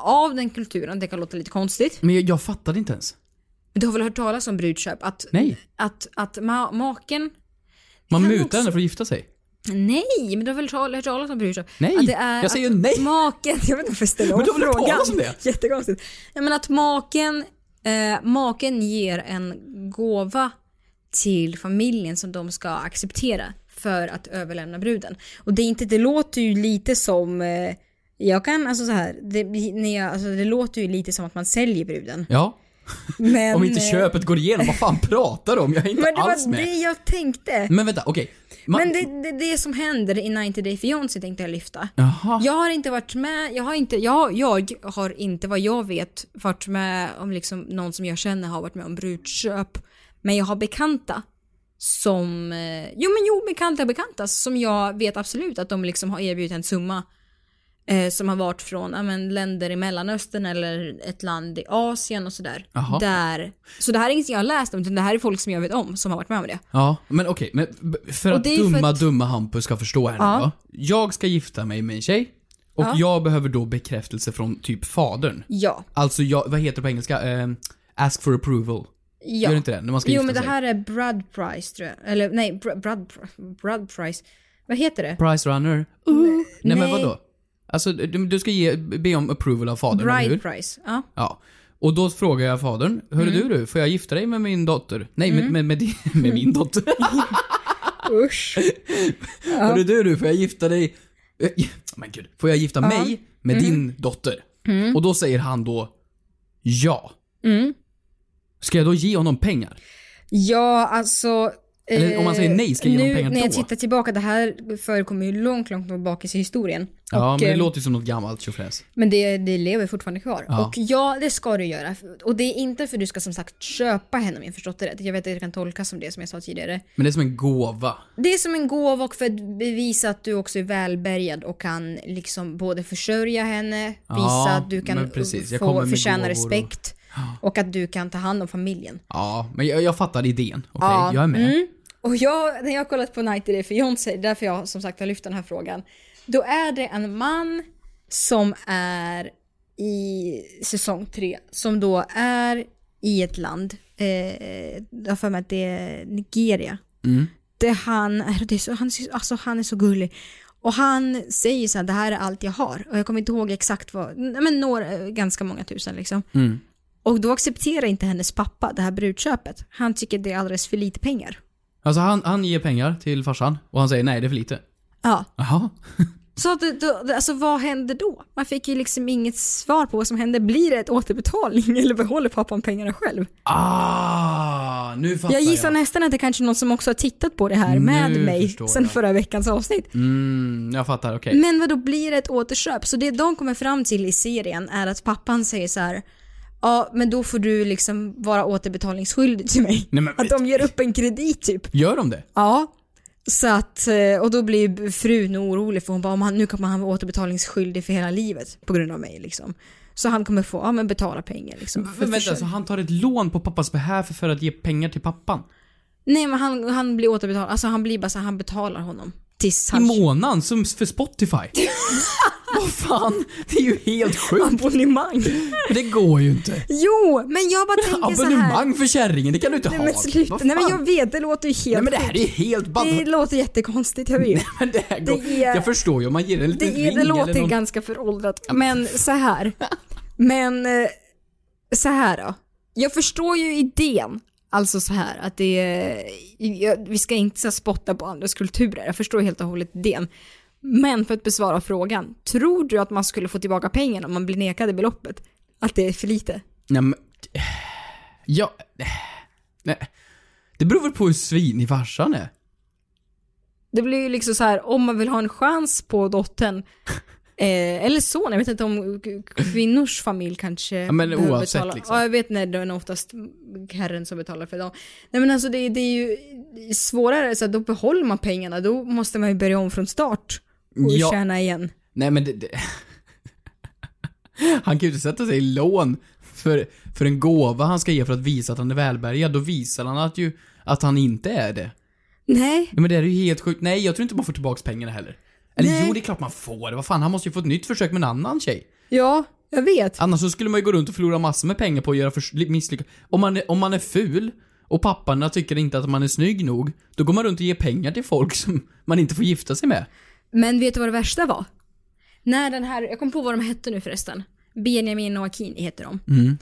[SPEAKER 7] av den kulturen, det kan låta lite konstigt.
[SPEAKER 8] Men jag, jag fattade inte ens.
[SPEAKER 7] Men Du har väl hört talas om brudköp? Att,
[SPEAKER 8] Nej.
[SPEAKER 7] Att, att ma- maken...
[SPEAKER 8] Man
[SPEAKER 7] kan
[SPEAKER 8] mutar
[SPEAKER 7] också-
[SPEAKER 8] henne för att gifta sig.
[SPEAKER 7] Nej, men du har väl tal- hört talas om brudköp?
[SPEAKER 8] Nej,
[SPEAKER 7] att det är
[SPEAKER 8] jag säger
[SPEAKER 7] att
[SPEAKER 8] nej.
[SPEAKER 7] Maken, [laughs] jag vet inte varför jag ställer
[SPEAKER 8] Men du
[SPEAKER 7] om
[SPEAKER 8] har väl hört
[SPEAKER 7] frågan.
[SPEAKER 8] talas om det?
[SPEAKER 7] Jättekonstigt. Nej, men att maken, eh, maken ger en gåva till familjen som de ska acceptera för att överlämna bruden. Och det, är inte, det låter ju lite som, eh, jag kan alltså så här, det, när jag, alltså, det låter ju lite som att man säljer bruden.
[SPEAKER 8] Ja.
[SPEAKER 7] Men,
[SPEAKER 8] Om inte
[SPEAKER 7] eh,
[SPEAKER 8] köpet går igenom, vad fan pratar du om? Jag är inte
[SPEAKER 7] Men det
[SPEAKER 8] alls
[SPEAKER 7] var
[SPEAKER 8] med.
[SPEAKER 7] det jag tänkte.
[SPEAKER 8] Men vänta, okej. Man-
[SPEAKER 7] Men det, det, det som händer i 90 Day Fiancé tänkte jag lyfta.
[SPEAKER 8] Jaha.
[SPEAKER 7] Jag har inte varit med, jag har inte, jag, jag har inte vad jag vet varit med om liksom någon som jag känner har varit med om brudköp. Men jag har bekanta som, eh, jo men jo bekanta bekanta som jag vet absolut att de liksom har erbjudit en summa eh, som har varit från ja, men, länder i Mellanöstern eller ett land i Asien och sådär.
[SPEAKER 8] Jaha.
[SPEAKER 7] Där, så det här är inget jag har läst om utan det här är folk som jag vet om som har varit med om det.
[SPEAKER 8] Ja, men okej. men b- för
[SPEAKER 7] Och
[SPEAKER 8] att
[SPEAKER 7] det är ju för
[SPEAKER 8] dumma,
[SPEAKER 7] att-
[SPEAKER 8] dumma Hampus ska förstå här
[SPEAKER 7] Ja.
[SPEAKER 8] nu då. Jag ska gifta mig med en tjej. Och
[SPEAKER 7] Ja.
[SPEAKER 8] jag behöver då bekräftelse från typ fadern.
[SPEAKER 7] Ja.
[SPEAKER 8] Alltså, jag, vad heter det på engelska? Eh, ask for approval.
[SPEAKER 7] Ja.
[SPEAKER 8] Gör inte det? När man ska
[SPEAKER 7] jo,
[SPEAKER 8] gifta
[SPEAKER 7] men det
[SPEAKER 8] sig.
[SPEAKER 7] här är Brad Price tror jag. Eller nej, Br- Brad, Pr- Brad Price. Vad heter det?
[SPEAKER 8] Price runner. Ooh. Nej, men
[SPEAKER 7] nej.
[SPEAKER 8] vadå? Alltså, du, du ska ge, be om approval av fadern, eller hur?
[SPEAKER 7] Bride Price.
[SPEAKER 8] [laughs]
[SPEAKER 7] Ja.
[SPEAKER 8] Ja. Och då frågar jag fadern, hörru
[SPEAKER 7] Mm.
[SPEAKER 8] du du, får jag gifta dig med min dotter? Nej, med, med, med, din- [laughs] med min dotter.
[SPEAKER 7] [laughs] Usch.
[SPEAKER 8] Hörru du du, får jag gifta dig... Eh, Men gud. Får jag gifta
[SPEAKER 7] Ja.
[SPEAKER 8] mig med
[SPEAKER 7] Mm.
[SPEAKER 8] din dotter?
[SPEAKER 7] Mm.
[SPEAKER 8] Och då säger han då, ja.
[SPEAKER 7] Mm.
[SPEAKER 8] Ska jag då ge honom pengar?
[SPEAKER 7] Ja, alltså. eh,
[SPEAKER 8] Eller om man säger nej, ska jag ge dem
[SPEAKER 7] nu
[SPEAKER 8] pengar
[SPEAKER 7] när jag
[SPEAKER 8] då?
[SPEAKER 7] tittar tillbaka, det här förekommer ju långt, långt tillbaka i historien.
[SPEAKER 8] Ja,
[SPEAKER 7] Och,
[SPEAKER 8] men det
[SPEAKER 7] eh,
[SPEAKER 8] låter ju som något gammalt tjofräs.
[SPEAKER 7] Men det, det lever fortfarande kvar.
[SPEAKER 8] Ja.
[SPEAKER 7] Och ja, det ska du göra. Och det är inte för du ska som sagt köpa henne om jag förstått det rätt. Jag vet att det kan tolkas som det som jag sa tidigare.
[SPEAKER 8] Men det är som en gåva.
[SPEAKER 7] Det är som en gåva och för att bevisa att du också är välbärgad och kan liksom både försörja henne, visa
[SPEAKER 8] Ja,
[SPEAKER 7] att du
[SPEAKER 8] men
[SPEAKER 7] kan
[SPEAKER 8] precis. Jag kommer
[SPEAKER 7] få
[SPEAKER 8] med
[SPEAKER 7] förtjäna
[SPEAKER 8] gåvor och-
[SPEAKER 7] respekt och... att du kan ta hand om familjen.
[SPEAKER 8] Ja, men jag, jag fattar idén. Okej,
[SPEAKER 7] Ja.
[SPEAKER 8] jag är med.
[SPEAKER 7] Mm. Och jag, när jag har kollat på Night Day för Beyoncé, därför jag som sagt har lyft den här frågan, då är det en man som är i säsong tre, som då är i ett land, eh, jag har för mig att det är Nigeria,
[SPEAKER 12] Mm.
[SPEAKER 7] det han, är- det är så, han, är så- alltså han är så gullig. Och han säger så här, det här är allt jag har. Och jag kommer inte ihåg exakt vad, nej, men några, ganska många tusen liksom.
[SPEAKER 12] Mm.
[SPEAKER 7] Och då accepterar inte hennes pappa det här brudköpet. Han tycker det är alldeles för lite pengar.
[SPEAKER 8] Alltså han, han ger pengar till farsan och han säger nej, det är för lite.
[SPEAKER 7] Ja.
[SPEAKER 8] Jaha.
[SPEAKER 7] Så att, det- då, alltså, vad händer då? Man fick ju liksom inget svar på vad som händer. Blir det ett återbetalning eller behåller pappan pengarna själv?
[SPEAKER 8] Ah, nu fattar
[SPEAKER 7] jag
[SPEAKER 8] jag.
[SPEAKER 7] gissar nästan att det kanske är någon som också har tittat på det här med
[SPEAKER 8] Nu
[SPEAKER 7] mig
[SPEAKER 8] förstår
[SPEAKER 7] sen
[SPEAKER 8] jag.
[SPEAKER 7] förra veckans avsnitt.
[SPEAKER 8] Mm, jag fattar, okej.
[SPEAKER 7] Men vad då blir det ett återköp? Så det de kommer fram till i serien är att pappan säger så här. Ja, men då får du liksom vara återbetalningsskyldig till mig.
[SPEAKER 8] Nej, men-
[SPEAKER 7] Att de ger upp en kredit typ.
[SPEAKER 8] Gör de det?
[SPEAKER 7] Ja. Så att, eh, och då blir frun orolig för hon bara, om han, nu kommer han vara återbetalningsskyldig för hela livet på grund av mig liksom. Så han kommer få, ja men betala pengar liksom. för
[SPEAKER 8] Men vänta,
[SPEAKER 7] försörjning.
[SPEAKER 8] så han tar ett lån på pappas behalf för att ge pengar till pappan?
[SPEAKER 7] Nej men han, han blir återbetalad, alltså han blir bara så här, han betalar honom. Tills han...
[SPEAKER 8] I månaden, som
[SPEAKER 7] [laughs]
[SPEAKER 8] för Spotify? Vad fan, det är ju helt sjukt. [laughs]
[SPEAKER 7] Abonnemang.
[SPEAKER 8] Men det går ju inte.
[SPEAKER 7] Jo, men jag bara tänker så här.
[SPEAKER 8] Abonnemang för kärringen, det kan du inte
[SPEAKER 7] Nej
[SPEAKER 8] ha.
[SPEAKER 7] men sluta,
[SPEAKER 8] Vad
[SPEAKER 7] nej men
[SPEAKER 8] fan?
[SPEAKER 7] jag vet, det låter ju helt
[SPEAKER 8] Nej men det här
[SPEAKER 7] sjukt.
[SPEAKER 8] är ju helt bad.
[SPEAKER 7] Det låter jättekonstigt, jag vet.
[SPEAKER 8] [laughs] men det här går...
[SPEAKER 7] det är-
[SPEAKER 8] Jag förstår ju om man ger en
[SPEAKER 7] Det,
[SPEAKER 8] liten
[SPEAKER 7] är,
[SPEAKER 8] ring
[SPEAKER 7] det låter
[SPEAKER 8] eller någon...
[SPEAKER 7] ganska föråldrat, men så här. Men eh, så här då. Jag förstår ju idén, alltså så här att det är, jag, vi ska inte så här spotta på andras kulturer, jag förstår helt och hållet idén. Men för att besvara frågan, tror du att man skulle få tillbaka pengarna om man blir nekad beloppet? Att det är för lite?
[SPEAKER 8] Nej men... Ja... Nej. Det beror väl på hur svinig farsan är.
[SPEAKER 7] Det blir ju liksom så här, om man vill ha en chans på
[SPEAKER 8] [laughs]
[SPEAKER 7] dottern, eh, eller son, jag vet inte om k- kvinnors familj kanske
[SPEAKER 8] Ja, men
[SPEAKER 7] behöver
[SPEAKER 8] oavsett,
[SPEAKER 7] betala.
[SPEAKER 8] liksom.
[SPEAKER 7] Ja, jag vet när det är oftast herren som betalar för dem. Nej men alltså det, det är ju svårare, så här, då behåller man pengarna, då måste man ju börja om från start och
[SPEAKER 8] Ja.
[SPEAKER 7] tjäna igen.
[SPEAKER 8] Nej men det, det... [laughs] Han kan ju inte sätta sig i lån för, för en gåva han ska ge för att visa att han är välbärgad. Då visar han att, ju, att han inte är det.
[SPEAKER 7] Nej.
[SPEAKER 8] Nej men det är ju helt sjukt. Nej, jag tror inte man får tillbaka pengarna heller. Eller
[SPEAKER 7] Nej.
[SPEAKER 8] jo, det är klart man får. Vad fan, han måste ju få ett nytt försök med en annan tjej.
[SPEAKER 7] Ja, jag vet.
[SPEAKER 8] Annars så skulle man ju gå runt och förlora massor med pengar på att göra förs- misslyckade... Om man, är, om man är ful och papparna tycker inte att man är snygg nog, då går man runt och ger pengar till folk som man inte får gifta sig med.
[SPEAKER 7] Men vet du vad det värsta var? När den här, jag kom på vad de hette nu förresten. Benjamin och Akini heter de.
[SPEAKER 8] Mm.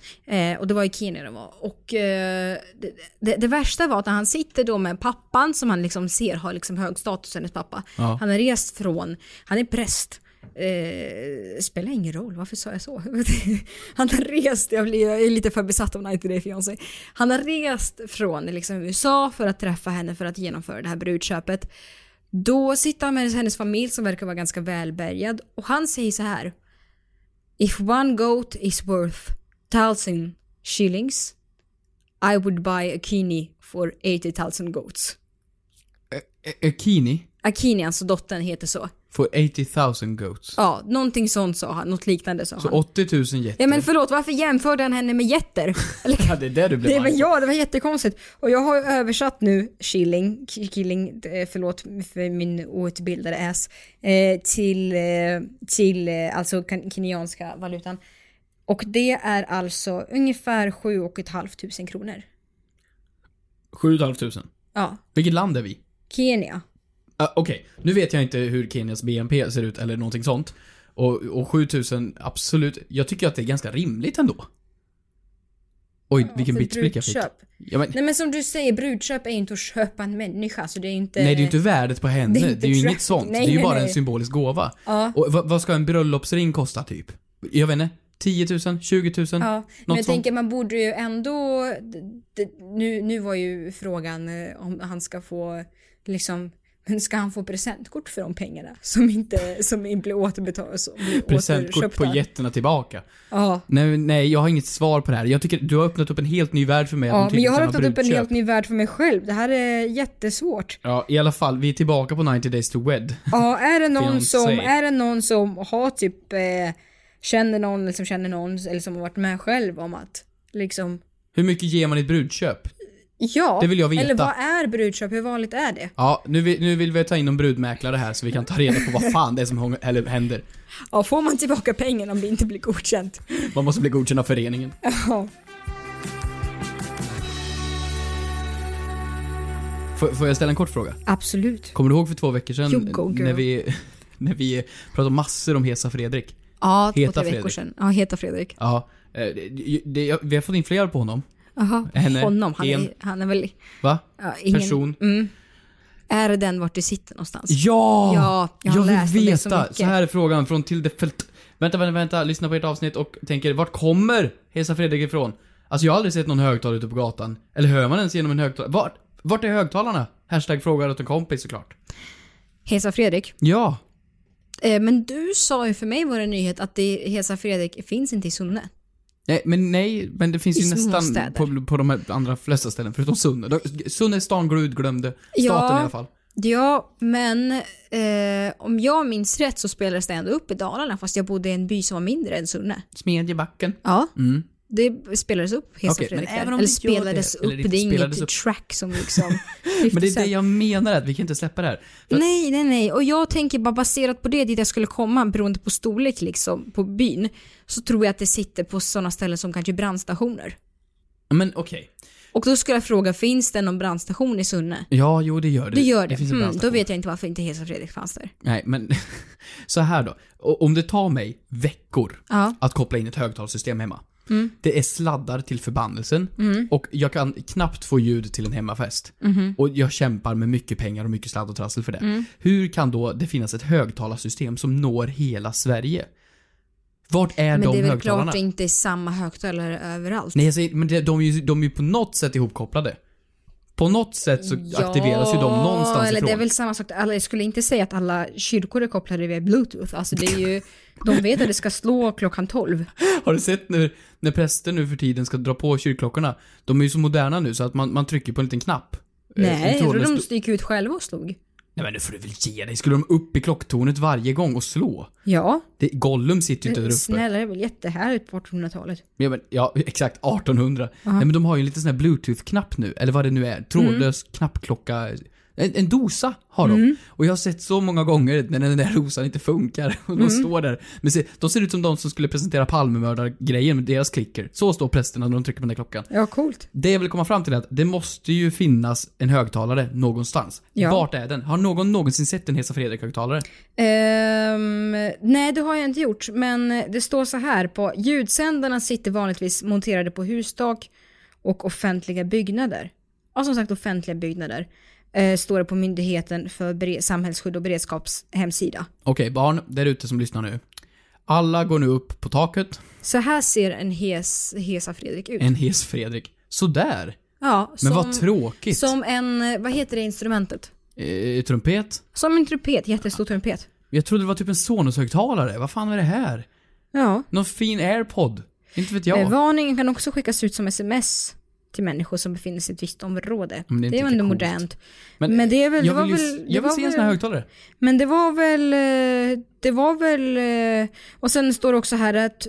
[SPEAKER 7] Eh, och det var i Kenya det var. Och eh, det, det, det värsta var att när han sitter då med pappan som han liksom ser har liksom hög status, hennes pappa.
[SPEAKER 12] Ja.
[SPEAKER 7] Han har rest från, han är präst. Eh, spelar ingen roll, varför sa jag så? [laughs] han har rest, jag, blir, jag är lite för besatt av 90 Day Fiancé. Han har rest från liksom, USA för att träffa henne för att genomföra det här brudköpet. Då sitter han med hennes familj som verkar vara ganska välbärgad och han säger så här. If one goat is worth thousand shillings I would buy a kini for 80,000 goats.
[SPEAKER 8] A- Akini
[SPEAKER 7] A kini, alltså dottern, heter så.
[SPEAKER 8] får 80 000 goats.
[SPEAKER 7] Ja, någonting sånt sa han, något liknande sa
[SPEAKER 8] Så
[SPEAKER 7] han.
[SPEAKER 8] 80 000 getter.
[SPEAKER 7] Ja men förlåt, varför jämförde han henne med getter? Eller,
[SPEAKER 8] [laughs] Ja, det är där
[SPEAKER 7] [laughs]
[SPEAKER 8] du blev
[SPEAKER 7] det var
[SPEAKER 8] arg.
[SPEAKER 7] jag, det var jättekonstigt. Och jag har ju översatt nu shilling, k- killing, eh, förlåt för min outbildade ass, eh, till, eh, till eh, alltså kan- kenyanska valutan. Och det är alltså ungefär 7 500 kronor.
[SPEAKER 8] 7 500.
[SPEAKER 7] Ja,
[SPEAKER 8] Vilket land är vi?
[SPEAKER 7] Kenya.
[SPEAKER 8] Ah, Okej, nu vet jag inte hur Kenyas BNP ser ut eller någonting sånt. Och, och 7000, absolut. Jag tycker att det är ganska rimligt ändå. Oj, vilken
[SPEAKER 7] för
[SPEAKER 8] bitchblick jag fick.
[SPEAKER 7] alltså, brudköp.
[SPEAKER 8] Ja, men, nej,
[SPEAKER 7] Nej men som du säger, brudköp är ju inte att köpa en människa så det är inte...
[SPEAKER 8] det är ju inte värdet på
[SPEAKER 7] det
[SPEAKER 8] henne. Det
[SPEAKER 7] är
[SPEAKER 8] är,
[SPEAKER 7] inte
[SPEAKER 8] ju
[SPEAKER 7] trafficking.
[SPEAKER 8] inget sånt.
[SPEAKER 7] Nej,
[SPEAKER 8] det är ju
[SPEAKER 7] nej,
[SPEAKER 8] bara en
[SPEAKER 7] nej.
[SPEAKER 8] symbolisk gåva.
[SPEAKER 7] Ja.
[SPEAKER 8] Och vad, vad ska en bröllopsring kosta typ? Jag vet inte. 10 000? 20 000?
[SPEAKER 7] Ja, men
[SPEAKER 8] något
[SPEAKER 7] jag
[SPEAKER 8] sånt.
[SPEAKER 7] tänker man borde ju ändå... d- d- Nu, nu var ju frågan eh, om han ska få liksom... Men ska han få presentkort för de pengarna som inte, som inte blir återbetalade?
[SPEAKER 8] [laughs] Presentkort på getterna tillbaka.
[SPEAKER 7] Ja.
[SPEAKER 8] Nej, nej, jag har inget svar på det här. Jag tycker du har öppnat upp en helt ny värld för mig. att
[SPEAKER 7] Ja,
[SPEAKER 8] de
[SPEAKER 7] men jag har
[SPEAKER 8] tillsammans
[SPEAKER 7] öppnat upp en
[SPEAKER 8] brudköp.
[SPEAKER 7] helt ny värld för mig själv. Det här är jättesvårt.
[SPEAKER 8] Ja, i alla fall. Vi är tillbaka på 90 days to wed.
[SPEAKER 7] Ja, är det någon
[SPEAKER 8] Fiancé.
[SPEAKER 7] som, är det någon som har typ, eh, känner någon eller som känner någon eller som har varit med själv om att liksom,
[SPEAKER 8] Hur mycket ger man i ett brudköp?
[SPEAKER 7] ja.
[SPEAKER 8] Det vill jag veta.
[SPEAKER 7] Eller vad är brudköp? Hur vanligt är det?
[SPEAKER 8] Ja, nu vill, nu vill vi ta in en brudmäklare här så vi kan ta reda på vad fan det är som hång- eller händer.
[SPEAKER 7] Ja, får man tillbaka pengarna om det inte blir godkänt?
[SPEAKER 8] Man måste bli godkänd av föreningen.
[SPEAKER 7] Ja.
[SPEAKER 8] Får, får jag ställa en kort fråga?
[SPEAKER 7] Absolut.
[SPEAKER 8] Kommer du ihåg för två veckor
[SPEAKER 7] You
[SPEAKER 8] sedan
[SPEAKER 7] go, girl.
[SPEAKER 8] när vi, [laughs] när vi pratade massor om Hesa Fredrik?
[SPEAKER 7] Ja, två,
[SPEAKER 8] Heta
[SPEAKER 7] tre veckor
[SPEAKER 8] Fredrik.
[SPEAKER 7] sedan. Ja, heta Fredrik.
[SPEAKER 8] Ja, eh, det, det, jag- vi har fått in fler på honom.
[SPEAKER 7] Jaha,
[SPEAKER 8] Henne,
[SPEAKER 7] honom. Han,
[SPEAKER 8] en-
[SPEAKER 7] är, han är väl...
[SPEAKER 8] Va?
[SPEAKER 7] Ja, ingen,
[SPEAKER 8] Person.
[SPEAKER 7] Mm. Är det den vart du sitter någonstans?
[SPEAKER 8] Ja!
[SPEAKER 7] Ja, jag har läst om det så mycket.
[SPEAKER 8] här är frågan från Tilde Fält. Vänta, vänta, vänta. Lyssna på ert avsnitt och tänker, vart kommer Hesa Fredrik ifrån? Alltså jag har aldrig sett någon högtalare ute på gatan. Eller hör man ens genom en högtalare? Vart, vart är högtalarna? Hashtag frågar åt en kompis såklart.
[SPEAKER 7] Hesa Fredrik.
[SPEAKER 8] Ja.
[SPEAKER 7] Eh, men du sa ju för mig var det en nyhet att det, Hesa Fredrik finns inte i Sunne.
[SPEAKER 8] Nej, men nej, men det finns
[SPEAKER 7] I
[SPEAKER 8] ju nästan
[SPEAKER 7] småstäder.
[SPEAKER 8] på, på de här andra flesta ställen förutom Sunne. De- Sunne är stan Grud glömde. Staten
[SPEAKER 7] Ja.
[SPEAKER 8] i alla fall.
[SPEAKER 7] Ja, men eh, om jag minns rätt så spelades det ändå upp i Dalarna fast jag bodde i en by som var mindre än Sunne.
[SPEAKER 8] Smedjebacken.
[SPEAKER 7] Ja.
[SPEAKER 8] Mm.
[SPEAKER 7] Det spelades upp, Hesa
[SPEAKER 8] Okej, men
[SPEAKER 7] Fredrik. där.
[SPEAKER 8] även om
[SPEAKER 7] eller
[SPEAKER 8] det gör det,
[SPEAKER 7] spelades upp,
[SPEAKER 8] eller
[SPEAKER 7] det,
[SPEAKER 8] det
[SPEAKER 7] är
[SPEAKER 8] spelades
[SPEAKER 7] inget
[SPEAKER 8] upp.
[SPEAKER 7] track som liksom...
[SPEAKER 8] [laughs] Men det är det
[SPEAKER 7] 50
[SPEAKER 8] jag menar, att vi kan inte släppa det här. För att-
[SPEAKER 7] Nej, nej, nej. Och jag tänker bara baserat på det dit jag skulle komma beroende på storlek liksom på byn så tror jag att det sitter på sådana ställen som kanske brandstationer.
[SPEAKER 8] Men okej.
[SPEAKER 7] Och då skulle jag fråga, finns det någon brandstation i Sunne?
[SPEAKER 8] Ja, jo det gör det.
[SPEAKER 7] Det gör det.
[SPEAKER 8] finns en
[SPEAKER 7] Mm,
[SPEAKER 8] brandstation.
[SPEAKER 7] då vet jag inte varför inte Hesa Fredrik fanns där.
[SPEAKER 8] Nej, men [laughs] så här då. O- Om det tar mig veckor
[SPEAKER 7] Ja.
[SPEAKER 8] att koppla in ett högtalarssystem hemma. Mm. Det är sladdar till förbannelsen.
[SPEAKER 7] Mm.
[SPEAKER 8] Och jag kan knappt få ljud till en hemmafest.
[SPEAKER 7] Mhm.
[SPEAKER 8] Och jag kämpar med mycket pengar och mycket sladd och trassel för det.
[SPEAKER 7] Mm.
[SPEAKER 8] Hur kan då det finnas ett högtalarsystem som når hela Sverige? Vart är
[SPEAKER 7] Men
[SPEAKER 8] de
[SPEAKER 7] det är väl
[SPEAKER 8] högtalarna?
[SPEAKER 7] klart det inte är samma högtalare överallt.
[SPEAKER 8] Nej, jag säger, men det- de är, ju, de är ju på något sätt ihopkopplade. På något sätt så aktiveras ju de någonstans
[SPEAKER 7] eller
[SPEAKER 8] ifrån.
[SPEAKER 7] det är väl samma sak. Alla, jag skulle inte säga att alla kyrkor är kopplade via bluetooth. Alltså det är ju, de vet att det ska slå klockan
[SPEAKER 8] [laughs]
[SPEAKER 7] 12.
[SPEAKER 8] Har du sett när, när präster nu för tiden ska dra på kyrkklockorna? De är ju så moderna nu så att man, man trycker på en liten knapp. Eh,
[SPEAKER 7] Nej, jag
[SPEAKER 8] som tråden
[SPEAKER 7] trodde de
[SPEAKER 8] stod-
[SPEAKER 7] stod ut själva och slog.
[SPEAKER 8] Nej men nu får du väl ge dig. Skulle de upp i klocktornet varje gång och slå?
[SPEAKER 7] Ja.
[SPEAKER 8] Det, Gollum sitter ju inte där uppe.
[SPEAKER 7] Snälla, det är väl jättehärligt på 1800-talet.
[SPEAKER 8] Ja, men, ja [laughs] exakt, 1800.
[SPEAKER 7] Ja.
[SPEAKER 8] Nej men de har ju en liten sån här bluetooth-knapp nu, eller vad det nu är. Trådlös
[SPEAKER 7] Mm.
[SPEAKER 8] knappklocka. En, en dosa har de. Och jag har sett så många gånger när den där dosan inte funkar [laughs] och de
[SPEAKER 7] Mm.
[SPEAKER 8] står där. Men se, de ser ut som de som skulle presentera Palmemördargrejen med deras klicker. Så står prästerna när de trycker på den där klockan.
[SPEAKER 7] Ja, coolt.
[SPEAKER 8] Det jag vill komma fram till är att det måste ju finnas en högtalare någonstans.
[SPEAKER 7] Ja.
[SPEAKER 8] Vart är den? Har någon någonsin sett en Hesa Fredrik-högtalare?
[SPEAKER 7] Ehm, nej, det har jag inte gjort. Men det står så här på ljudsändarna sitter vanligtvis monterade på hustak och offentliga byggnader. Ja, som sagt offentliga byggnader. Eh, står det på Myndigheten för bere- samhällsskydd och beredskaps hemsida.
[SPEAKER 8] Okej, barn där ute som lyssnar nu. Alla går nu upp på taket.
[SPEAKER 7] Så här ser en hes, Hesa Fredrik ut.
[SPEAKER 8] En Hes Fredrik. Sådär.
[SPEAKER 7] ja,
[SPEAKER 8] Men vad tråkigt.
[SPEAKER 7] Som en, eh, vad heter det instrumentet?
[SPEAKER 8] Eh, trumpet.
[SPEAKER 7] Som en trumpet, jättestor trumpet.
[SPEAKER 8] Jag trodde det var typ en Sonos-högtalare. Vad fan är det här?
[SPEAKER 7] Ja.
[SPEAKER 8] Någon fin airpod. Inte vet
[SPEAKER 7] Eh,
[SPEAKER 8] jag.
[SPEAKER 7] Varningen kan också skickas ut som sms till människor som befinner sig i ett visst område.
[SPEAKER 8] Men det är
[SPEAKER 7] det är
[SPEAKER 8] inte
[SPEAKER 7] ju
[SPEAKER 8] lika
[SPEAKER 7] ändå
[SPEAKER 8] coolt.
[SPEAKER 7] modernt.
[SPEAKER 8] Men,
[SPEAKER 7] men det är väl-
[SPEAKER 8] jag
[SPEAKER 7] det
[SPEAKER 8] vill,
[SPEAKER 7] var
[SPEAKER 8] ju-
[SPEAKER 7] väl- det
[SPEAKER 8] jag vill
[SPEAKER 7] var
[SPEAKER 8] se en sån här
[SPEAKER 7] väl-
[SPEAKER 8] högtalare.
[SPEAKER 7] Men det var väl, eh, det var väl, eh, och sen står det också här att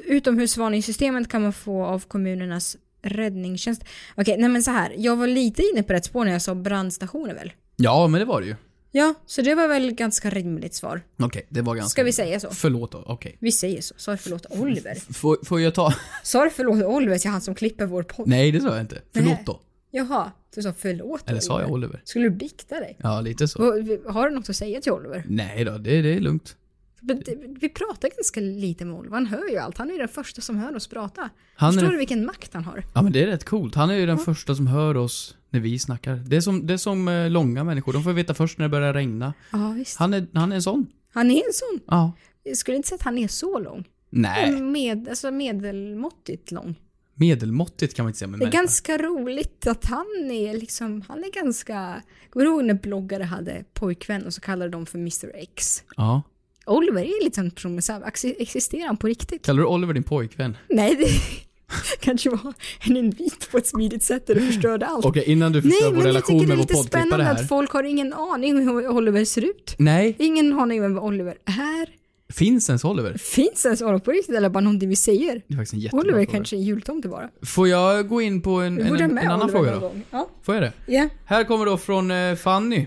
[SPEAKER 7] utomhusvarningssystemet kan man få av kommunernas räddningstjänst. Okej, nej men så här, jag var lite inne på rätt spår när jag sa brandstationer väl?
[SPEAKER 8] Ja, men det var det ju.
[SPEAKER 7] Ja, så det var väl ganska rimligt svar.
[SPEAKER 8] Okej, det var ganska...
[SPEAKER 7] Ska vi säga så?
[SPEAKER 8] Förlåt då, okej.
[SPEAKER 7] Vi säger så. Sorry förlåt Oliver.
[SPEAKER 8] Får, får jag ta... [laughs]
[SPEAKER 7] Sorry förlåt Oliver till han som klipper vår podd.
[SPEAKER 8] Nej, det sa jag inte.
[SPEAKER 7] Nej.
[SPEAKER 8] Förlåt då.
[SPEAKER 7] Jaha, du sa förlåt
[SPEAKER 8] Eller sa jag Oliver?
[SPEAKER 7] Skulle du bikta dig?
[SPEAKER 8] Ja, lite så.
[SPEAKER 7] Vad- Har du något att säga till Oliver?
[SPEAKER 8] Nej då, det, det är lugnt.
[SPEAKER 7] Men det- Vi pratar ganska lite med Oliver, han hör ju allt. Han är ju den första som hör oss prata.
[SPEAKER 8] Han är
[SPEAKER 7] Förstår
[SPEAKER 8] den-
[SPEAKER 7] du vilken makt han har?
[SPEAKER 8] Ja, men det är rätt coolt. Han är ju
[SPEAKER 7] Mm.
[SPEAKER 8] den första som hör oss när vi snackar. Det är som, det är som eh, långa människor. De får veta först när det börjar regna.
[SPEAKER 7] Ja, visst.
[SPEAKER 8] Han är, han är en sån.
[SPEAKER 7] Han är en sån.
[SPEAKER 8] Ja.
[SPEAKER 7] Jag skulle inte säga att han är så lång.
[SPEAKER 8] Nej,
[SPEAKER 7] Med, alltså medelmåttigt lång.
[SPEAKER 8] medelmåttigt kan man inte säga med
[SPEAKER 7] Det är
[SPEAKER 8] människa.
[SPEAKER 7] ganska roligt att han är liksom, han är ganska... Kommer du ihåg när bloggare hade pojkvän och så kallade de för Mr X?
[SPEAKER 8] Ja.
[SPEAKER 7] Oliver är lite en promissär. Axi- Existerar han på riktigt?
[SPEAKER 8] Kallar du Oliver din pojkvän?
[SPEAKER 7] Nej, det [laughs] kanske var en invit på ett smidigt sätt där du förstörde allt.
[SPEAKER 8] Okej, innan du förstör
[SPEAKER 7] Nej,
[SPEAKER 8] vår
[SPEAKER 7] men jag
[SPEAKER 8] relation
[SPEAKER 7] tycker det
[SPEAKER 8] med
[SPEAKER 7] är
[SPEAKER 8] vår
[SPEAKER 7] lite
[SPEAKER 8] poddklippare
[SPEAKER 7] spännande
[SPEAKER 8] här.
[SPEAKER 7] att folk har ingen aning om hur Oliver ser ut.
[SPEAKER 8] Nej,
[SPEAKER 7] Ingen aning om vem Oliver är.
[SPEAKER 8] finns ens Oliver?
[SPEAKER 7] Finns ens Oliver på riktigt eller bara någonting vi säger?
[SPEAKER 8] Det är faktiskt en jättebra
[SPEAKER 7] Oliver
[SPEAKER 8] fråga.
[SPEAKER 7] kanske är jultomte bara.
[SPEAKER 8] Får jag gå in på en,
[SPEAKER 7] Vi
[SPEAKER 8] en,
[SPEAKER 7] borde ha
[SPEAKER 8] en,
[SPEAKER 7] med
[SPEAKER 8] annan
[SPEAKER 7] Oliver
[SPEAKER 8] fråga
[SPEAKER 7] någon
[SPEAKER 8] då?
[SPEAKER 7] gång. Ja.
[SPEAKER 8] Får jag det?
[SPEAKER 7] Ja.
[SPEAKER 8] Här kommer då från eh, Fanny.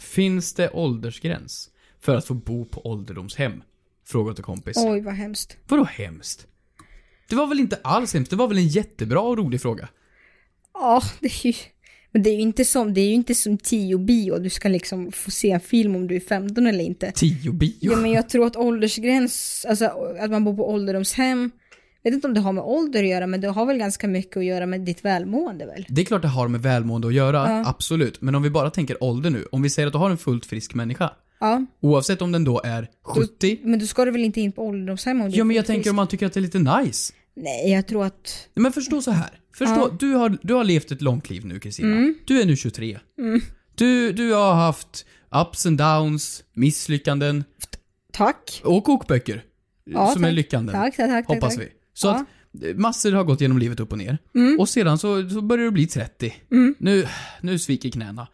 [SPEAKER 8] Finns det åldersgräns för att få bo på ålderdomshem? Fråga till kompis.
[SPEAKER 7] Oj, vad hemskt.
[SPEAKER 8] Vadå hemskt? Det var väl inte alls hemskt? Det var väl en jättebra och rolig fråga?
[SPEAKER 7] Ja, det är ju... Men det är ju inte som, det är ju inte som tio bio, du ska liksom få se en film om du är 15 eller inte.
[SPEAKER 8] Tio bio?
[SPEAKER 7] Ja, men jag tror att åldersgräns, alltså att man bor på ålderdomshem, jag vet inte om det har med ålder att göra, men det har väl ganska mycket att göra med ditt välmående väl?
[SPEAKER 8] Det är klart det har med välmående att göra,
[SPEAKER 7] Ja.
[SPEAKER 8] absolut. Men om vi bara tänker ålder nu. Om vi säger att du har en fullt frisk människa.
[SPEAKER 7] Ja.
[SPEAKER 8] Oavsett om den då är 70.
[SPEAKER 7] Men då ska du väl inte in på ålderdomshem om du
[SPEAKER 8] Ja
[SPEAKER 7] är
[SPEAKER 8] men jag
[SPEAKER 7] frisk?
[SPEAKER 8] tänker om man tycker att det är lite nice.
[SPEAKER 7] Nej, jag tror att...
[SPEAKER 8] Nej, Men förstå så här. Förstå,
[SPEAKER 7] Ja.
[SPEAKER 8] du, har, du har levt ett långt liv nu Kristina.
[SPEAKER 7] Mm.
[SPEAKER 8] Du är nu 23.
[SPEAKER 7] Mm.
[SPEAKER 8] Du, du har haft ups and downs, misslyckanden.
[SPEAKER 7] Tack.
[SPEAKER 8] Och kokböcker.
[SPEAKER 7] Ja,
[SPEAKER 8] som är
[SPEAKER 7] tack.
[SPEAKER 8] lyckanden.
[SPEAKER 7] Tack, tack, tack,
[SPEAKER 8] hoppas
[SPEAKER 7] tack.
[SPEAKER 8] vi. Så
[SPEAKER 7] Ja.
[SPEAKER 8] att eh, massor har gått genom livet upp och ner.
[SPEAKER 7] Mm.
[SPEAKER 8] Och sedan så, så börjar du bli 30.
[SPEAKER 7] Mm.
[SPEAKER 8] Nu, nu sviker knäna.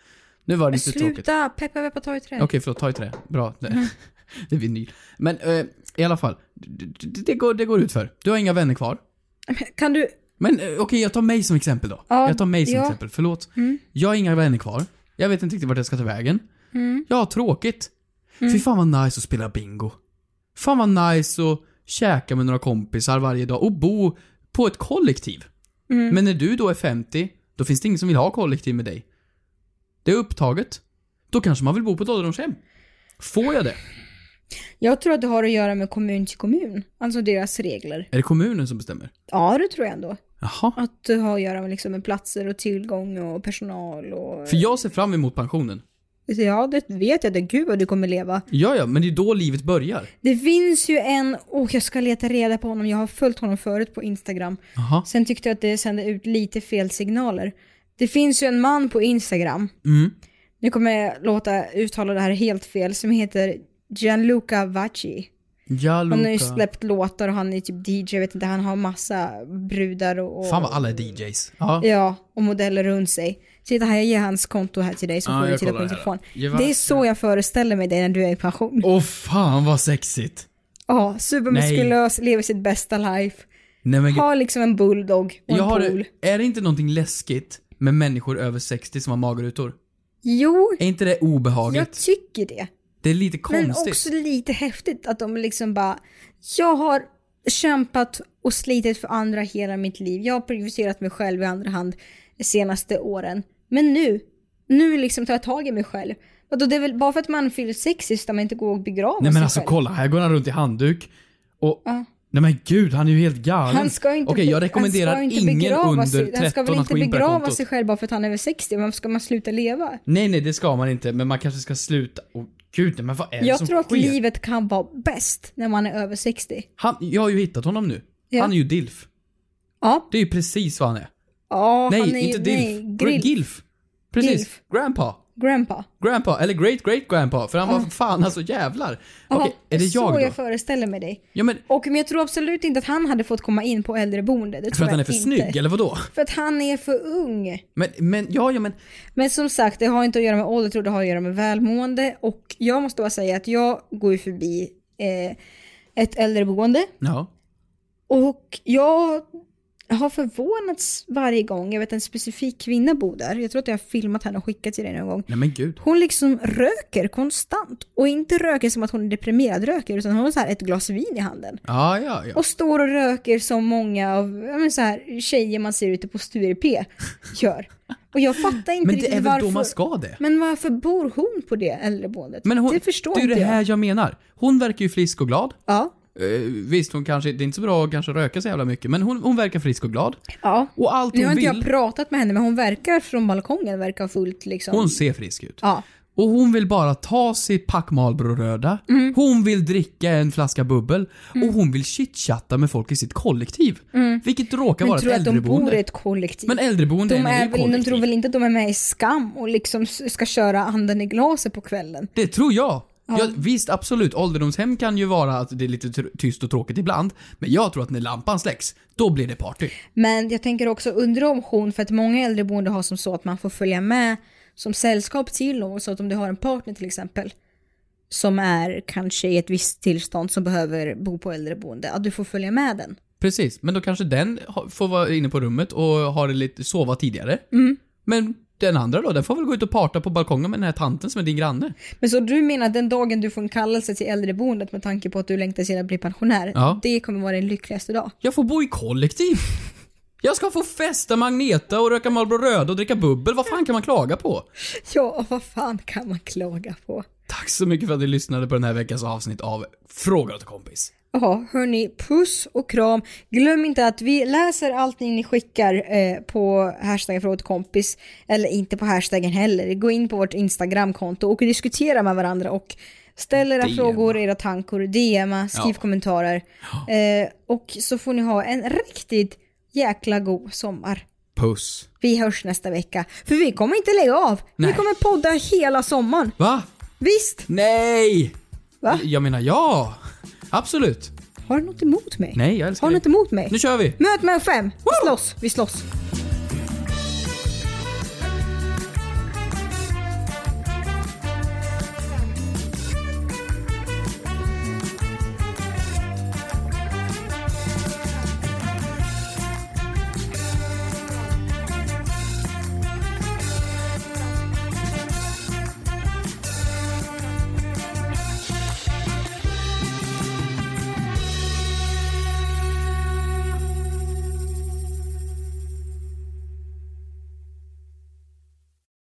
[SPEAKER 8] Nu var det lite tråkigt.
[SPEAKER 7] Sluta, Mm. peppa peppa ta i trä.
[SPEAKER 8] Okej, förlåt. Ta i trä. Bra. Det- [laughs] Det är vinyl. Men eh, i alla fall. d- d- d- Det går, det går ut för. Du har inga vänner kvar.
[SPEAKER 7] [laughs] Kan du...
[SPEAKER 8] Men eh, okej, jag tar mig som exempel då.
[SPEAKER 7] Ja,
[SPEAKER 8] jag tar mig som
[SPEAKER 7] ja.
[SPEAKER 8] exempel. Förlåt.
[SPEAKER 7] Mm.
[SPEAKER 8] Jag har inga vänner kvar. Jag vet inte riktigt vart jag ska ta vägen.
[SPEAKER 7] Mm.
[SPEAKER 8] Jag har tråkigt. Fy fan vad nice att spela bingo. Fan vad nice att käka med några kompisar varje dag och bo på ett kollektiv.
[SPEAKER 7] Mm.
[SPEAKER 8] Men när du då är 50, då finns det ingen som vill ha kollektiv med dig. Det är upptaget. Då kanske man vill bo på ett ålderdomshem. Får jag det?
[SPEAKER 7] Jag tror att det har att göra med kommun till kommun. Alltså deras regler.
[SPEAKER 8] Är det kommunen som bestämmer?
[SPEAKER 7] Ja, det tror jag ändå.
[SPEAKER 8] Jaha.
[SPEAKER 7] Att det har att göra med, liksom, med platser och tillgång och personal och...
[SPEAKER 8] För jag ser fram emot pensionen.
[SPEAKER 7] Ja, det vet jag. Det gud vad du kommer leva.
[SPEAKER 8] Ja, ja, men det är då livet börjar.
[SPEAKER 7] Det finns ju en, oh, jag ska leta reda på honom, jag har följt honom förut på Instagram.
[SPEAKER 8] Jaha.
[SPEAKER 7] Sen tyckte jag att det sände ut lite fel signaler. Det finns ju en man på Instagram,
[SPEAKER 8] Mm.
[SPEAKER 7] nu kommer jag låta uttala det här helt fel, som heter Gianluca Vacci. Han har ju
[SPEAKER 8] Jaluka.
[SPEAKER 7] släppt låtar och han är typ DJ, jag vet inte, han har massa brudar och... och
[SPEAKER 8] Fan vad alla är DJs. Ja.
[SPEAKER 7] Ja, och modeller runt sig. Titta här, jag ger hans konto här till dig så
[SPEAKER 8] Ja,
[SPEAKER 7] får du
[SPEAKER 8] jag
[SPEAKER 7] titta på
[SPEAKER 8] kollar
[SPEAKER 7] din
[SPEAKER 8] här
[SPEAKER 7] telefon.
[SPEAKER 8] då. Ge var-
[SPEAKER 7] Det är så jag föreställer mig dig när du är i pension.
[SPEAKER 8] Åh fan vad sexigt.
[SPEAKER 7] Ja, supermuskulös, lever sitt bästa life.
[SPEAKER 8] Nej, men,
[SPEAKER 7] Har liksom en bulldog och
[SPEAKER 8] jag
[SPEAKER 7] en
[SPEAKER 8] har,
[SPEAKER 7] pool.
[SPEAKER 8] är det inte någonting läskigt med människor över 60 som har magrutor?
[SPEAKER 7] Jo,
[SPEAKER 8] Är inte det obehagligt?
[SPEAKER 7] jag tycker det.
[SPEAKER 8] Det är lite
[SPEAKER 7] Men
[SPEAKER 8] konstigt.
[SPEAKER 7] också lite häftigt att de liksom bara, jag har kämpat och slitit för andra hela mitt liv. Jag har prioriterat mig själv i andra hand de senaste åren. Men nu, nu liksom tar jag tag i mig själv. Vadå, det är väl bara för att man fyller 60 ska man inte gå och begrava
[SPEAKER 8] Nej men
[SPEAKER 7] sig
[SPEAKER 8] alltså
[SPEAKER 7] själv.
[SPEAKER 8] kolla, här går han runt i handduk. Och,
[SPEAKER 7] Ja.
[SPEAKER 8] nej men gud, han är ju helt galen.
[SPEAKER 7] Han ska ju inte,
[SPEAKER 8] Okej, jag rekommenderar
[SPEAKER 7] han ska ju inte
[SPEAKER 8] ingen
[SPEAKER 7] begrava
[SPEAKER 8] under
[SPEAKER 7] sig,
[SPEAKER 8] 13
[SPEAKER 7] Han ska väl
[SPEAKER 8] att
[SPEAKER 7] inte
[SPEAKER 8] gå in på det här
[SPEAKER 7] begrava
[SPEAKER 8] kontot.
[SPEAKER 7] sig själv bara för att han är över 60? Varför ska man sluta leva?
[SPEAKER 8] Nej, nej det ska man inte, men man kanske ska sluta. Åh gud, nej, men vad är det
[SPEAKER 7] Jag
[SPEAKER 8] som
[SPEAKER 7] tror att
[SPEAKER 8] sker?
[SPEAKER 7] livet kan vara bäst när man är över 60.
[SPEAKER 8] Han, jag har ju hittat honom nu.
[SPEAKER 7] Ja.
[SPEAKER 8] Han är ju DILF.
[SPEAKER 7] Ja.
[SPEAKER 8] Det är ju precis vad han är.
[SPEAKER 7] Ja,
[SPEAKER 8] nej,
[SPEAKER 7] han är, ju-
[SPEAKER 8] inte DILF.
[SPEAKER 7] Nej,
[SPEAKER 8] Gr-
[SPEAKER 7] grill,
[SPEAKER 8] Gilf. Precis.
[SPEAKER 7] Gilf.
[SPEAKER 8] Grandpa.
[SPEAKER 7] grandpa.
[SPEAKER 8] Grandpa, eller great great grandpa, för han var fan alltså jävlar. Okej,
[SPEAKER 7] Ja,
[SPEAKER 8] är det
[SPEAKER 7] Så
[SPEAKER 8] jag då?
[SPEAKER 7] jag föreställer mig dig.
[SPEAKER 8] Ja men,
[SPEAKER 7] Och men jag tror absolut inte att han hade fått komma in på äldreboende. Det tror
[SPEAKER 8] för att
[SPEAKER 7] jag
[SPEAKER 8] han är för
[SPEAKER 7] inte.
[SPEAKER 8] snygg, eller vadå?
[SPEAKER 7] För att han är för ung.
[SPEAKER 8] Men, men, ja, ja men.
[SPEAKER 7] Men som sagt, det har inte att göra med ålder, jag tror det har att göra med välmående. Och jag måste bara säga att jag går ju förbi eh, ett äldreboende.
[SPEAKER 8] Ja.
[SPEAKER 7] Och jag har förvånats varje gång. Jag vet en specifik kvinna bor där. Jag tror att jag har filmat henne och skickat till dig någon gång.
[SPEAKER 8] Nej men gud.
[SPEAKER 7] Hon liksom röker konstant. Och inte röker som att hon är deprimerad röker, utan hon har så här ett glas vin i handen.
[SPEAKER 8] Ja, ja, ja.
[SPEAKER 7] Och står och röker som många av ja, men så här, tjejer man ser ute på Sture P gör. Och jag fattar inte
[SPEAKER 8] Men det
[SPEAKER 7] riktigt
[SPEAKER 8] är väl
[SPEAKER 7] varför.
[SPEAKER 8] då man ska det?
[SPEAKER 7] Men varför bor hon på det äldreboendet?
[SPEAKER 8] Men hon,
[SPEAKER 7] det förstår
[SPEAKER 8] det är ju
[SPEAKER 7] inte
[SPEAKER 8] det
[SPEAKER 7] jag.
[SPEAKER 8] här jag menar. Hon verkar ju frisk och glad.
[SPEAKER 7] Ja,
[SPEAKER 8] Eh, visst, hon kanske, det är inte så bra att kanske röka så jävla mycket, men hon, hon verkar frisk och glad.
[SPEAKER 7] ja.
[SPEAKER 8] Och allt
[SPEAKER 7] Nu har
[SPEAKER 8] hon
[SPEAKER 7] inte jag
[SPEAKER 8] vill,
[SPEAKER 7] pratat med henne men hon verkar från balkongen verkar fullt liksom.
[SPEAKER 8] hon ser frisk ut.
[SPEAKER 7] Ja.
[SPEAKER 8] Och hon vill bara ta sitt pack Marlboro-röda,
[SPEAKER 7] Mm.
[SPEAKER 8] hon vill dricka en flaska bubbel och hon vill chitchatta med folk i sitt kollektiv. Vilket råkar
[SPEAKER 7] Mm. Men
[SPEAKER 8] vara ett
[SPEAKER 7] tror du att de bor i
[SPEAKER 8] äldreboende.
[SPEAKER 7] ett kollektiv?
[SPEAKER 8] Men äldreboende
[SPEAKER 7] de,
[SPEAKER 8] är
[SPEAKER 7] är
[SPEAKER 8] ju
[SPEAKER 7] väl, de
[SPEAKER 8] kollektiv.
[SPEAKER 7] tror väl inte att de är med i skam och liksom s- ska köra anden i glaset på kvällen?
[SPEAKER 8] Det tror jag. Ja, visst, absolut. Ålderdomshem kan ju vara att det är lite tr- tyst och tråkigt ibland. Men jag tror att när lampan släcks, då blir det party.
[SPEAKER 7] Men jag tänker också, undra om hon, för att många äldreboende har som så att man får följa med som sällskap till någon, så att om du har en partner till exempel, som är kanske i ett visst tillstånd som behöver bo på äldreboende, att du får följa med den.
[SPEAKER 8] Precis, men då kanske den ha- får vara inne på rummet och ha det lite, sova tidigare.
[SPEAKER 7] Mm.
[SPEAKER 8] Men den andra då, den får väl gå ut och parta på balkongen med den här tanten som är din granne.
[SPEAKER 7] Men så du menar att den dagen du får en kallelse till äldreboendet med tanke på att du längtar till att bli pensionär,
[SPEAKER 8] Ja.
[SPEAKER 7] det kommer vara din lyckligaste dag?
[SPEAKER 8] Jag får bo i kollektiv. Jag ska få festa Magneta och röka Marlboro Röd och dricka bubbel. Vad fan kan man klaga på?
[SPEAKER 7] Ja, vad fan kan man klaga på?
[SPEAKER 8] Tack så mycket för att ni lyssnade på den här veckans avsnitt av Fråga åt en kompis.
[SPEAKER 7] Ja, hörni, puss och kram. Glöm inte att vi läser allting ni skickar eh, på hashtaggen för åt kompis. Eller inte på hashtaggen heller. Gå in på vårt Instagramkonto och diskutera med varandra och ställ era
[SPEAKER 8] DM.
[SPEAKER 7] frågor, era tankor, DMa, skriv
[SPEAKER 8] Ja.
[SPEAKER 7] kommentarer. Eh, och så får ni ha en riktigt jäkla god sommar.
[SPEAKER 8] Puss.
[SPEAKER 7] Vi hörs nästa vecka. För vi kommer inte lägga av. Vi
[SPEAKER 8] Nej.
[SPEAKER 7] kommer podda hela sommaren.
[SPEAKER 8] Va?
[SPEAKER 7] Visst?
[SPEAKER 8] Nej!
[SPEAKER 7] Va?
[SPEAKER 8] Jag menar ja! Absolut.
[SPEAKER 7] Har du något emot mig?
[SPEAKER 8] Nej, jag älskar
[SPEAKER 7] Har du
[SPEAKER 8] dig.
[SPEAKER 7] något emot mig?
[SPEAKER 8] Nu kör vi!
[SPEAKER 7] Möt mig om fem! Vi slåss, vi slåss.